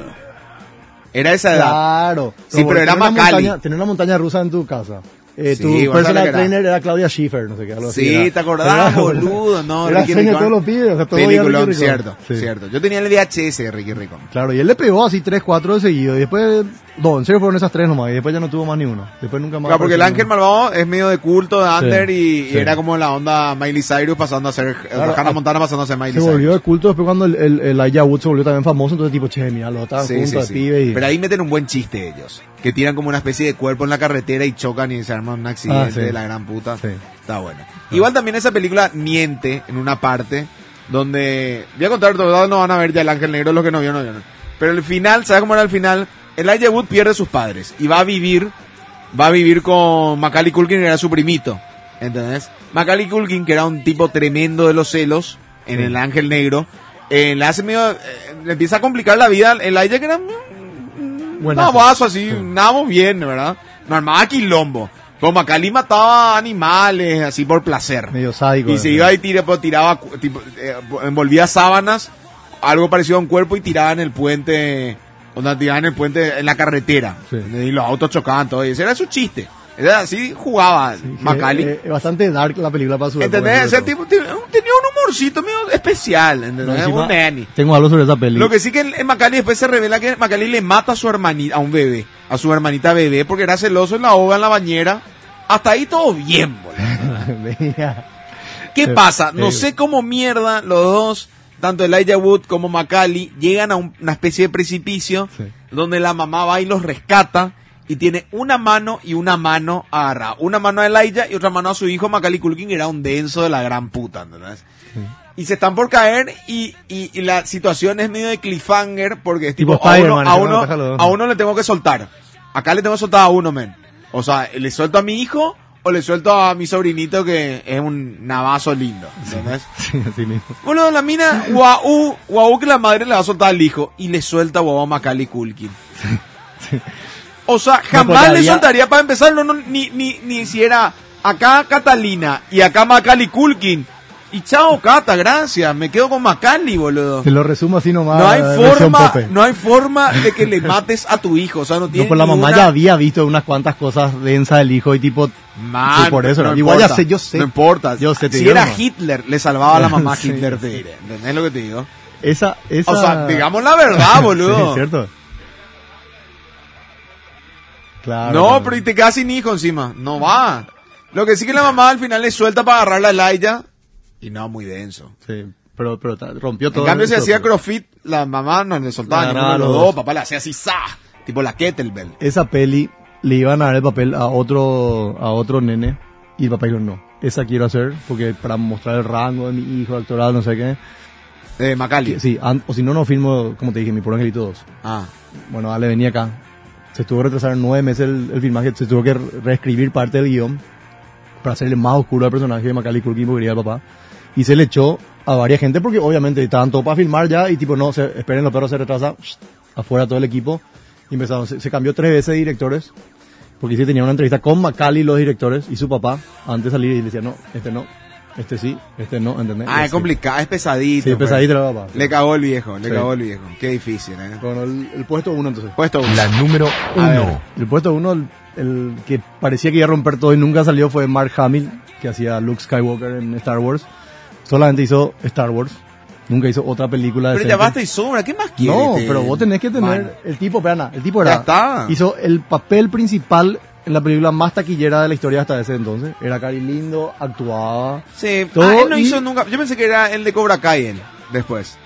[SPEAKER 1] Era esa edad.
[SPEAKER 3] claro.
[SPEAKER 1] Sí, pero
[SPEAKER 3] tener
[SPEAKER 1] era
[SPEAKER 3] una
[SPEAKER 1] Macaulay.
[SPEAKER 3] montaña- Tener una montaña rusa en tu casa. Eh,
[SPEAKER 1] Sí,
[SPEAKER 3] tu
[SPEAKER 1] Gonzalo
[SPEAKER 3] personal
[SPEAKER 1] era.
[SPEAKER 3] trainer era Claudia Schiffer, no sé qué. algo así
[SPEAKER 1] Sí,
[SPEAKER 3] era.
[SPEAKER 1] ¿te acordás,
[SPEAKER 3] Era-
[SPEAKER 1] boludo? No,
[SPEAKER 3] era
[SPEAKER 1] Ricky
[SPEAKER 3] sueño de
[SPEAKER 1] Ricón.
[SPEAKER 3] todos los pibes, o sea, todo veía
[SPEAKER 1] Peliculón,
[SPEAKER 3] Ricky Ricón.
[SPEAKER 1] cierto,
[SPEAKER 3] Sí.
[SPEAKER 1] cierto. Yo tenía el VHS de Ricky Ricón.
[SPEAKER 3] Claro, y él le pegó así 3, 4 de seguido. Y después, no, en serio fueron esas tres nomás. Y después ya no tuvo más ni uno. Después nunca más.
[SPEAKER 1] Claro, porque el
[SPEAKER 3] apareció
[SPEAKER 1] ángel
[SPEAKER 3] ninguno.
[SPEAKER 1] malvado es medio de culto de under y, y
[SPEAKER 3] sí.
[SPEAKER 1] era como la onda Miley Cyrus pasando a ser, o sea,
[SPEAKER 3] Claro,
[SPEAKER 1] Hannah
[SPEAKER 3] a-
[SPEAKER 1] Montana pasando a ser Miley
[SPEAKER 3] Se
[SPEAKER 1] Cyrus.
[SPEAKER 3] volvió de culto después cuando el, el, el Elijah Wood se volvió también famoso. Entonces, tipo, che, mira, lo estaban
[SPEAKER 1] Sí,
[SPEAKER 3] juntos
[SPEAKER 1] sí,
[SPEAKER 3] de
[SPEAKER 1] sí.
[SPEAKER 3] pibe. Y...
[SPEAKER 1] Pero ahí meten un buen chiste ellos. Que tiran como una especie de cuerpo en la carretera y chocan y se arma un accidente
[SPEAKER 3] Ah, sí.
[SPEAKER 1] de la gran puta.
[SPEAKER 3] Sí.
[SPEAKER 1] Está bueno. Igual también esa película miente en una parte donde... Voy a contar todo, no van a ver ya el ángel negro, los que no vieron, no vieron. Pero el final, ¿sabes cómo era el final? Elijah Wood pierde a sus padres y va a vivir, va a vivir con Macaulay Culkin, que era su primito. ¿Entendés? Macaulay Culkin, que era un tipo tremendo de los celos en el ángel negro, eh, le hace medio, eh, le empieza a complicar la vida. Elijah que era
[SPEAKER 3] Buenazo.
[SPEAKER 1] navazo así, nabo bien, ¿verdad? No armaba quilombo. Como Macaulay mataba animales, así por placer.
[SPEAKER 3] Medio sádico.
[SPEAKER 1] Y se iba y tira- pues, tiraba, cu- tipo, eh, envolvía sábanas, algo parecido a un cuerpo y tiraba en el puente, onda, tiraba en el puente, en la carretera.
[SPEAKER 3] Sí.
[SPEAKER 1] Y los autos chocaban, todo. Y ese era su chiste. Era así jugaba Macaulay.
[SPEAKER 3] Eh, eh, bastante dark la película para su época,
[SPEAKER 1] ¿Entendés?
[SPEAKER 3] sobre
[SPEAKER 1] Ese
[SPEAKER 3] todo.
[SPEAKER 1] tipo tiene- tenía un humorcito medio especial,
[SPEAKER 3] No,
[SPEAKER 1] ¿entendés?
[SPEAKER 3] encima,
[SPEAKER 1] un nanny.
[SPEAKER 3] Tengo algo sobre esa peli.
[SPEAKER 1] Lo que sí que en en Macaulay después se revela que Macaulay le mata a su hermanita, a un bebé, a su hermanita bebé, porque era celoso en la hoga, en la bañera. Hasta ahí todo bien, boludo. ¿Qué
[SPEAKER 3] Sí,
[SPEAKER 1] pasa? No
[SPEAKER 3] sí.
[SPEAKER 1] sé cómo mierda los dos, tanto Elijah Wood como Macaulay, llegan a un- una especie de precipicio
[SPEAKER 3] Sí.
[SPEAKER 1] donde la mamá va y los rescata y tiene una mano y una mano agarrada. Una mano a Elijah y otra mano a su hijo Macaulay Culkin, que era un denso de la gran puta, ¿entendés? Y se están por caer y, y, y la situación es medio de cliffhanger porque es
[SPEAKER 3] Tipo
[SPEAKER 1] tipo, a, uno,
[SPEAKER 3] Spider-Man,
[SPEAKER 1] a,
[SPEAKER 3] ese, ¿no?
[SPEAKER 1] uno,
[SPEAKER 3] Déjalo.
[SPEAKER 1] a uno le tengo que soltar. Acá le tengo que soltar a uno, men. O sea, ¿le suelto a mi hijo o le suelto a mi sobrinito que es un navazo lindo? ¿Entendés?
[SPEAKER 3] Sí, así mismo.
[SPEAKER 1] Boludo, la mina, guau, guau que la madre le va a soltar al hijo y le suelta guau a Macaulay Culkin. O sea, jamás le
[SPEAKER 3] podría-
[SPEAKER 1] soltaría para empezar, no, no, ni, ni, ni si era acá Catalina y acá Macaulay Culkin. Y chao, Cata, gracias, me quedo con Macaulay, boludo.
[SPEAKER 3] Te lo resumo así nomás.
[SPEAKER 1] No hay
[SPEAKER 3] versión
[SPEAKER 1] forma,
[SPEAKER 3] Pope.
[SPEAKER 1] no hay forma de que le mates a tu hijo, o sea, no tiene
[SPEAKER 3] No, pues la mamá
[SPEAKER 1] ninguna-
[SPEAKER 3] ya había visto unas cuantas cosas densas del hijo y tipo...
[SPEAKER 1] Man,
[SPEAKER 3] Sí, por eso,
[SPEAKER 1] no
[SPEAKER 3] no. Igual
[SPEAKER 1] importa,
[SPEAKER 3] ya sé, yo sé.
[SPEAKER 1] No importa.
[SPEAKER 3] Yo sé, te
[SPEAKER 1] si
[SPEAKER 3] digo,
[SPEAKER 1] era
[SPEAKER 3] no.
[SPEAKER 1] Hitler, le salvaba a la mamá
[SPEAKER 3] Sí,
[SPEAKER 1] Hitler
[SPEAKER 3] sí.
[SPEAKER 1] de ir, ¿entendés lo que te digo?
[SPEAKER 3] Esa, esa...
[SPEAKER 1] O sea, digamos la verdad, boludo.
[SPEAKER 3] Sí, cierto. Claro.
[SPEAKER 1] No, pero y te quedas sin hijo encima. No va. Lo que sí que la mamá al final le suelta para agarrar la Laia. Y no, muy denso.
[SPEAKER 3] Sí, pero, pero ta- rompió todo. pues.
[SPEAKER 1] en cambio, si
[SPEAKER 3] eso,
[SPEAKER 1] hacía
[SPEAKER 3] pero-
[SPEAKER 1] crofit, la mamá no le soltaba
[SPEAKER 3] Le
[SPEAKER 1] ninguno de
[SPEAKER 3] agarraba
[SPEAKER 1] los
[SPEAKER 3] los
[SPEAKER 1] dos.
[SPEAKER 3] dos.
[SPEAKER 1] Papá le hacía así, ¡za! Tipo la kettlebell.
[SPEAKER 3] Esa peli le iban a dar el papel a otro, a otro nene y el papá dijo no. Esa quiero hacer porque para mostrar el rango de mi hijo, actorado, no sé qué.
[SPEAKER 1] Eh, Macaulay.
[SPEAKER 3] Sí, an- o si no, no filmo, como te dije, mi por Angelito 2.
[SPEAKER 1] Ah.
[SPEAKER 3] Bueno, dale, venía acá. Se tuvo que retrasar nueve meses el, el filmaje, se tuvo que re- reescribir parte del guión para hacerle más oscuro al personaje de Macaulay Culkin porque quería el papá. Y se le echó a varias gente porque obviamente estaban todos para filmar ya y tipo, no, se, esperen, los perros se retrasa, afuera todo el equipo. Y empezaron, se, se cambió tres veces de directores porque sí tenía una entrevista con Macaulay los directores y su papá antes de salir y le decía, no, este no, este sí, este no, ¿entendés?
[SPEAKER 1] Ah, es
[SPEAKER 3] Sí.
[SPEAKER 1] complicado, es pesadito.
[SPEAKER 3] Sí,
[SPEAKER 1] pero-
[SPEAKER 3] pesadito el papá.
[SPEAKER 1] Le cagó el viejo, le
[SPEAKER 3] Sí.
[SPEAKER 1] cagó el viejo. Qué difícil, eh.
[SPEAKER 3] Bueno, el, el puesto uno entonces.
[SPEAKER 1] Puesto uno.
[SPEAKER 4] La número
[SPEAKER 1] ver.
[SPEAKER 4] 1.
[SPEAKER 3] El puesto uno, el, el que parecía que iba a romper todo y nunca salió fue Mark Hamill, que hacía Luke Skywalker en Star Wars. Solamente hizo Star Wars. Nunca hizo otra película
[SPEAKER 1] Pero
[SPEAKER 3] decente.
[SPEAKER 1] ya basta y sobra, ¿qué más quieres?
[SPEAKER 3] No,
[SPEAKER 1] este
[SPEAKER 3] pero vos tenés que tener
[SPEAKER 1] man?
[SPEAKER 3] el tipo, Perana, el tipo
[SPEAKER 1] Ya
[SPEAKER 3] era.
[SPEAKER 1] está.
[SPEAKER 3] Hizo el papel principal en la película más taquillera de la historia hasta ese entonces. Era cari lindo, actuaba.
[SPEAKER 1] Sí,
[SPEAKER 3] Todo
[SPEAKER 1] ah, él no
[SPEAKER 3] y-
[SPEAKER 1] hizo nunca. Yo pensé que era el de Cobra Kai, él, después.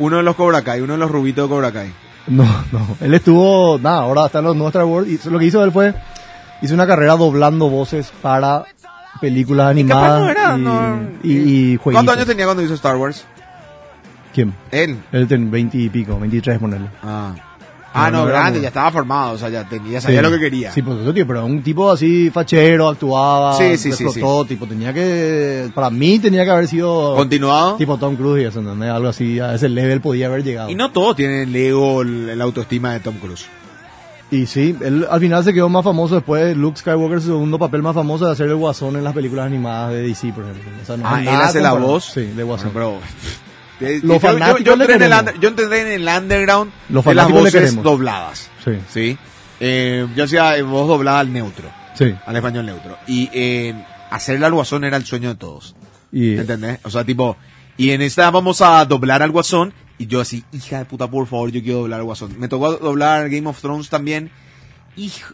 [SPEAKER 1] Uno de los Cobra Kai, uno de los rubitos de Cobra Kai.
[SPEAKER 3] No, no. Él estuvo, nada, ahora está en los nuevos Star Wars. Y lo que hizo él fue, hizo una carrera doblando voces para películas
[SPEAKER 1] Capaz no
[SPEAKER 3] animadas.
[SPEAKER 1] era,
[SPEAKER 3] y,
[SPEAKER 1] no- eh,
[SPEAKER 3] y- y jueguitos.
[SPEAKER 1] ¿Cuántos años tenía cuando hizo Star Wars?
[SPEAKER 3] ¿Quién?
[SPEAKER 1] Él.
[SPEAKER 3] Él tenía 20 y pico, 23 ponerle.
[SPEAKER 1] Ah. Ah, no,
[SPEAKER 3] No, no era
[SPEAKER 1] grande,
[SPEAKER 3] muy-
[SPEAKER 1] ya estaba formado, o sea, ya, tenía, ya sabía
[SPEAKER 3] Sí.
[SPEAKER 1] lo que quería.
[SPEAKER 3] Sí, pues, tío, pero un tipo así fachero, actuaba,
[SPEAKER 1] Sí, sí, sí,
[SPEAKER 3] explotó, tipo, tenía que, para mí tenía que haber sido
[SPEAKER 1] Continuado.
[SPEAKER 3] tipo Tom Cruise y eso, ¿entendés? Algo así, a ese level podía haber llegado.
[SPEAKER 1] Y no todos tienen el ego, el- la autoestima de Tom Cruise.
[SPEAKER 3] Y sí, él al final se quedó más famoso después de Luke Skywalker, su segundo papel más famoso de hacer el guasón en las películas animadas de DC, por ejemplo. O sea, no
[SPEAKER 1] Ah,
[SPEAKER 3] es
[SPEAKER 1] él
[SPEAKER 3] nada
[SPEAKER 1] hace la
[SPEAKER 3] comparado.
[SPEAKER 1] voz.
[SPEAKER 3] Sí, de guasón.
[SPEAKER 1] Bueno, pero- Yo- yo- yo,
[SPEAKER 3] fanáticos
[SPEAKER 1] entré
[SPEAKER 3] le
[SPEAKER 1] en el
[SPEAKER 3] queremos.
[SPEAKER 1] under- yo entré en el underground
[SPEAKER 3] Los
[SPEAKER 1] de las
[SPEAKER 3] fanáticos le
[SPEAKER 1] voces
[SPEAKER 3] queremos.
[SPEAKER 1] dobladas.
[SPEAKER 3] Sí.
[SPEAKER 1] ¿sí? Eh, yo hacía eh, voz doblada al neutro,
[SPEAKER 3] Sí.
[SPEAKER 1] al español neutro. Y eh, hacerle al guasón era el sueño de todos.
[SPEAKER 3] Y,
[SPEAKER 1] ¿Entendés? O sea, tipo, y en esta vamos a doblar al guasón. Y yo así, hija de puta, por favor, yo quiero doblar al guasón. Me tocó doblar Game of Thrones también. Hijo,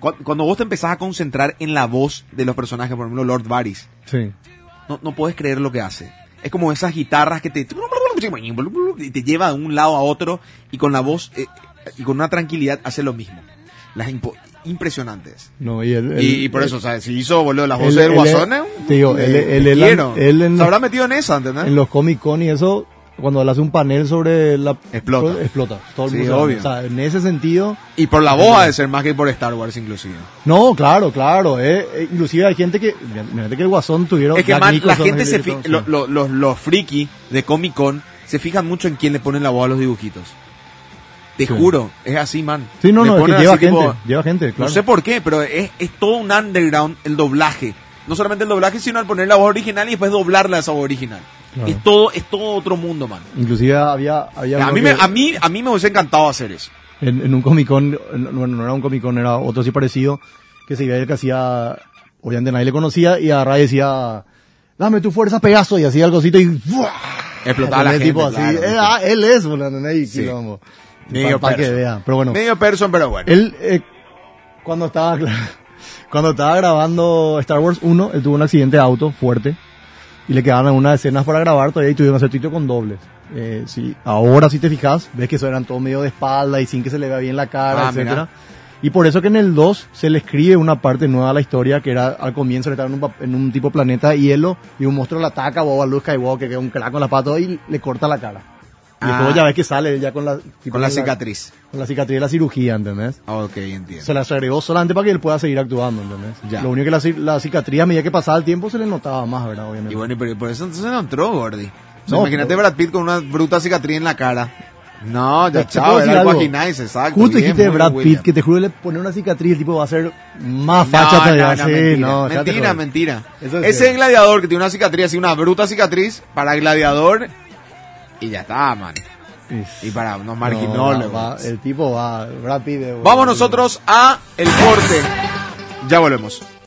[SPEAKER 1] cu- cuando vos te empezás a concentrar en la voz de los personajes, por ejemplo, Lord Varys,
[SPEAKER 3] sí.
[SPEAKER 1] no, no puedes creer lo que hace. Es como esas guitarras que te, y te lleva de un lado a otro y con la voz eh, y con una tranquilidad hace lo mismo. Las impo- impresionantes.
[SPEAKER 3] No, y, él, él-
[SPEAKER 1] y, y por eso, ¿eh? o sea, si hizo, boludo, las
[SPEAKER 3] él-
[SPEAKER 1] voces del
[SPEAKER 3] él-
[SPEAKER 1] guasón, eh,
[SPEAKER 3] te digo, él-
[SPEAKER 1] eh,
[SPEAKER 3] él-
[SPEAKER 1] te
[SPEAKER 3] él-
[SPEAKER 1] quiero.
[SPEAKER 3] él en-
[SPEAKER 1] se habrá metido en esa, ¿entendés?
[SPEAKER 3] en los Comic Con y eso, cuando él hace un panel sobre la...
[SPEAKER 1] Explota.
[SPEAKER 3] Explota. Todo el
[SPEAKER 1] Sí,
[SPEAKER 3] mundo se va.
[SPEAKER 1] obvio.
[SPEAKER 3] O sea, en ese sentido...
[SPEAKER 1] Y por la voz ha de ser más que por Star Wars, inclusive.
[SPEAKER 3] No, claro, claro. Eh, eh, inclusive hay gente que... Imagínate que el guasón tuvieron...
[SPEAKER 1] es que
[SPEAKER 3] Jack
[SPEAKER 1] man, la
[SPEAKER 3] Nicholson,
[SPEAKER 1] gente se
[SPEAKER 3] Hillary
[SPEAKER 1] fi-
[SPEAKER 3] Clinton,
[SPEAKER 1] lo-
[SPEAKER 3] sí.
[SPEAKER 1] lo- los, los friki de Comic Con se fijan mucho en quién le ponen la voz a los dibujitos. Te
[SPEAKER 3] Sí.
[SPEAKER 1] juro, es así, man.
[SPEAKER 3] Sí, no,
[SPEAKER 1] Le
[SPEAKER 3] no, es que
[SPEAKER 1] ponen
[SPEAKER 3] lleva
[SPEAKER 1] así,
[SPEAKER 3] gente,
[SPEAKER 1] tipo,
[SPEAKER 3] lleva gente, claro.
[SPEAKER 1] No sé por qué, pero es, es todo un underground el doblaje. No solamente el doblaje, sino al poner la voz original y después doblarla a esa voz original.
[SPEAKER 3] Claro.
[SPEAKER 1] Es todo, es todo otro mundo, man.
[SPEAKER 3] Inclusive había... había
[SPEAKER 1] A
[SPEAKER 3] uno
[SPEAKER 1] mí, me,
[SPEAKER 3] que-
[SPEAKER 1] a, mí, a mí me hubiese encantado hacer eso.
[SPEAKER 3] en, en un Comic Con, en- bueno, no era un Comic Con, era otro así parecido, que se iba el que hacía, obviamente nadie le conocía, y agarraba y decía, dame tu fuerza, Pegaso, y hacía algo así, y ¡buah!
[SPEAKER 1] Explotaba la
[SPEAKER 3] Tenés
[SPEAKER 1] gente,
[SPEAKER 3] tipo así,
[SPEAKER 1] claro,
[SPEAKER 3] eh,
[SPEAKER 1] viste.
[SPEAKER 3] ah, él es, boludo, ¿entendés? Y
[SPEAKER 1] Sí.
[SPEAKER 3] quilombo.
[SPEAKER 1] Medio
[SPEAKER 3] Pa- pa' que
[SPEAKER 1] person.
[SPEAKER 3] vea. Pero bueno,
[SPEAKER 1] Medio person, pero bueno.
[SPEAKER 3] él, eh, cuando estaba, cuando estaba grabando Star Wars 1, él tuvo un accidente de auto fuerte, y le quedaban algunas escenas para grabar todavía y tuvieron que hacer título con dobles. Eh, sí, ahora si te fijas, ves que eso eran todo medio de espalda y sin que se le vea bien la cara,
[SPEAKER 1] Ah,
[SPEAKER 3] etcétera. Y por eso que en el 2 se le escribe una parte nueva a la historia, que era al comienzo, le estaban en un, pa- en un tipo planeta de hielo, y un monstruo le ataca, Boba Luke Skywalker, que es un crack con la pata, y le corta la cara. Y
[SPEAKER 1] Ah.
[SPEAKER 3] luego ya ves que sale ya con la, tipo,
[SPEAKER 1] Con la cicatriz.
[SPEAKER 3] Con la cicatriz de la cirugía, ¿entendés?
[SPEAKER 1] Ok, entiendo.
[SPEAKER 3] Se las agregó solamente para que él pueda seguir actuando, ¿entendés?
[SPEAKER 1] Ya.
[SPEAKER 3] Lo único que la, ci- la cicatriz, a medida que pasaba el tiempo, se le notaba más, ¿verdad? Obviamente.
[SPEAKER 1] Y bueno, y por, por eso entonces no entró, Gordy. O sea,
[SPEAKER 3] No,
[SPEAKER 1] imagínate
[SPEAKER 3] pero-
[SPEAKER 1] Brad Pitt con una bruta cicatriz en la cara. No, ya
[SPEAKER 3] Te- te puedo
[SPEAKER 1] chao,
[SPEAKER 3] decir
[SPEAKER 1] era el
[SPEAKER 3] algo.
[SPEAKER 1] Guajinais, exacto.
[SPEAKER 3] Justo
[SPEAKER 1] bien,
[SPEAKER 3] dijiste de
[SPEAKER 1] muy
[SPEAKER 3] Brad
[SPEAKER 1] bien,
[SPEAKER 3] Pitt,
[SPEAKER 1] William.
[SPEAKER 3] que te juro le pone una cicatriz, el tipo va a ser más
[SPEAKER 1] No,
[SPEAKER 3] facha
[SPEAKER 1] no,
[SPEAKER 3] todavía.
[SPEAKER 1] no,
[SPEAKER 3] sí,
[SPEAKER 1] mentira,
[SPEAKER 3] no, ya te
[SPEAKER 1] mentira,
[SPEAKER 3] jodo.
[SPEAKER 1] mentira.
[SPEAKER 3] Eso es
[SPEAKER 1] Ese
[SPEAKER 3] cierto.
[SPEAKER 1] gladiador que tiene una cicatriz así, una bruta cicatriz, para gladiador, y ya está, man. Y para unos marginólogos.
[SPEAKER 3] No, va- el tipo va rápido.
[SPEAKER 1] Vamos nosotros a el corte. Ya volvemos.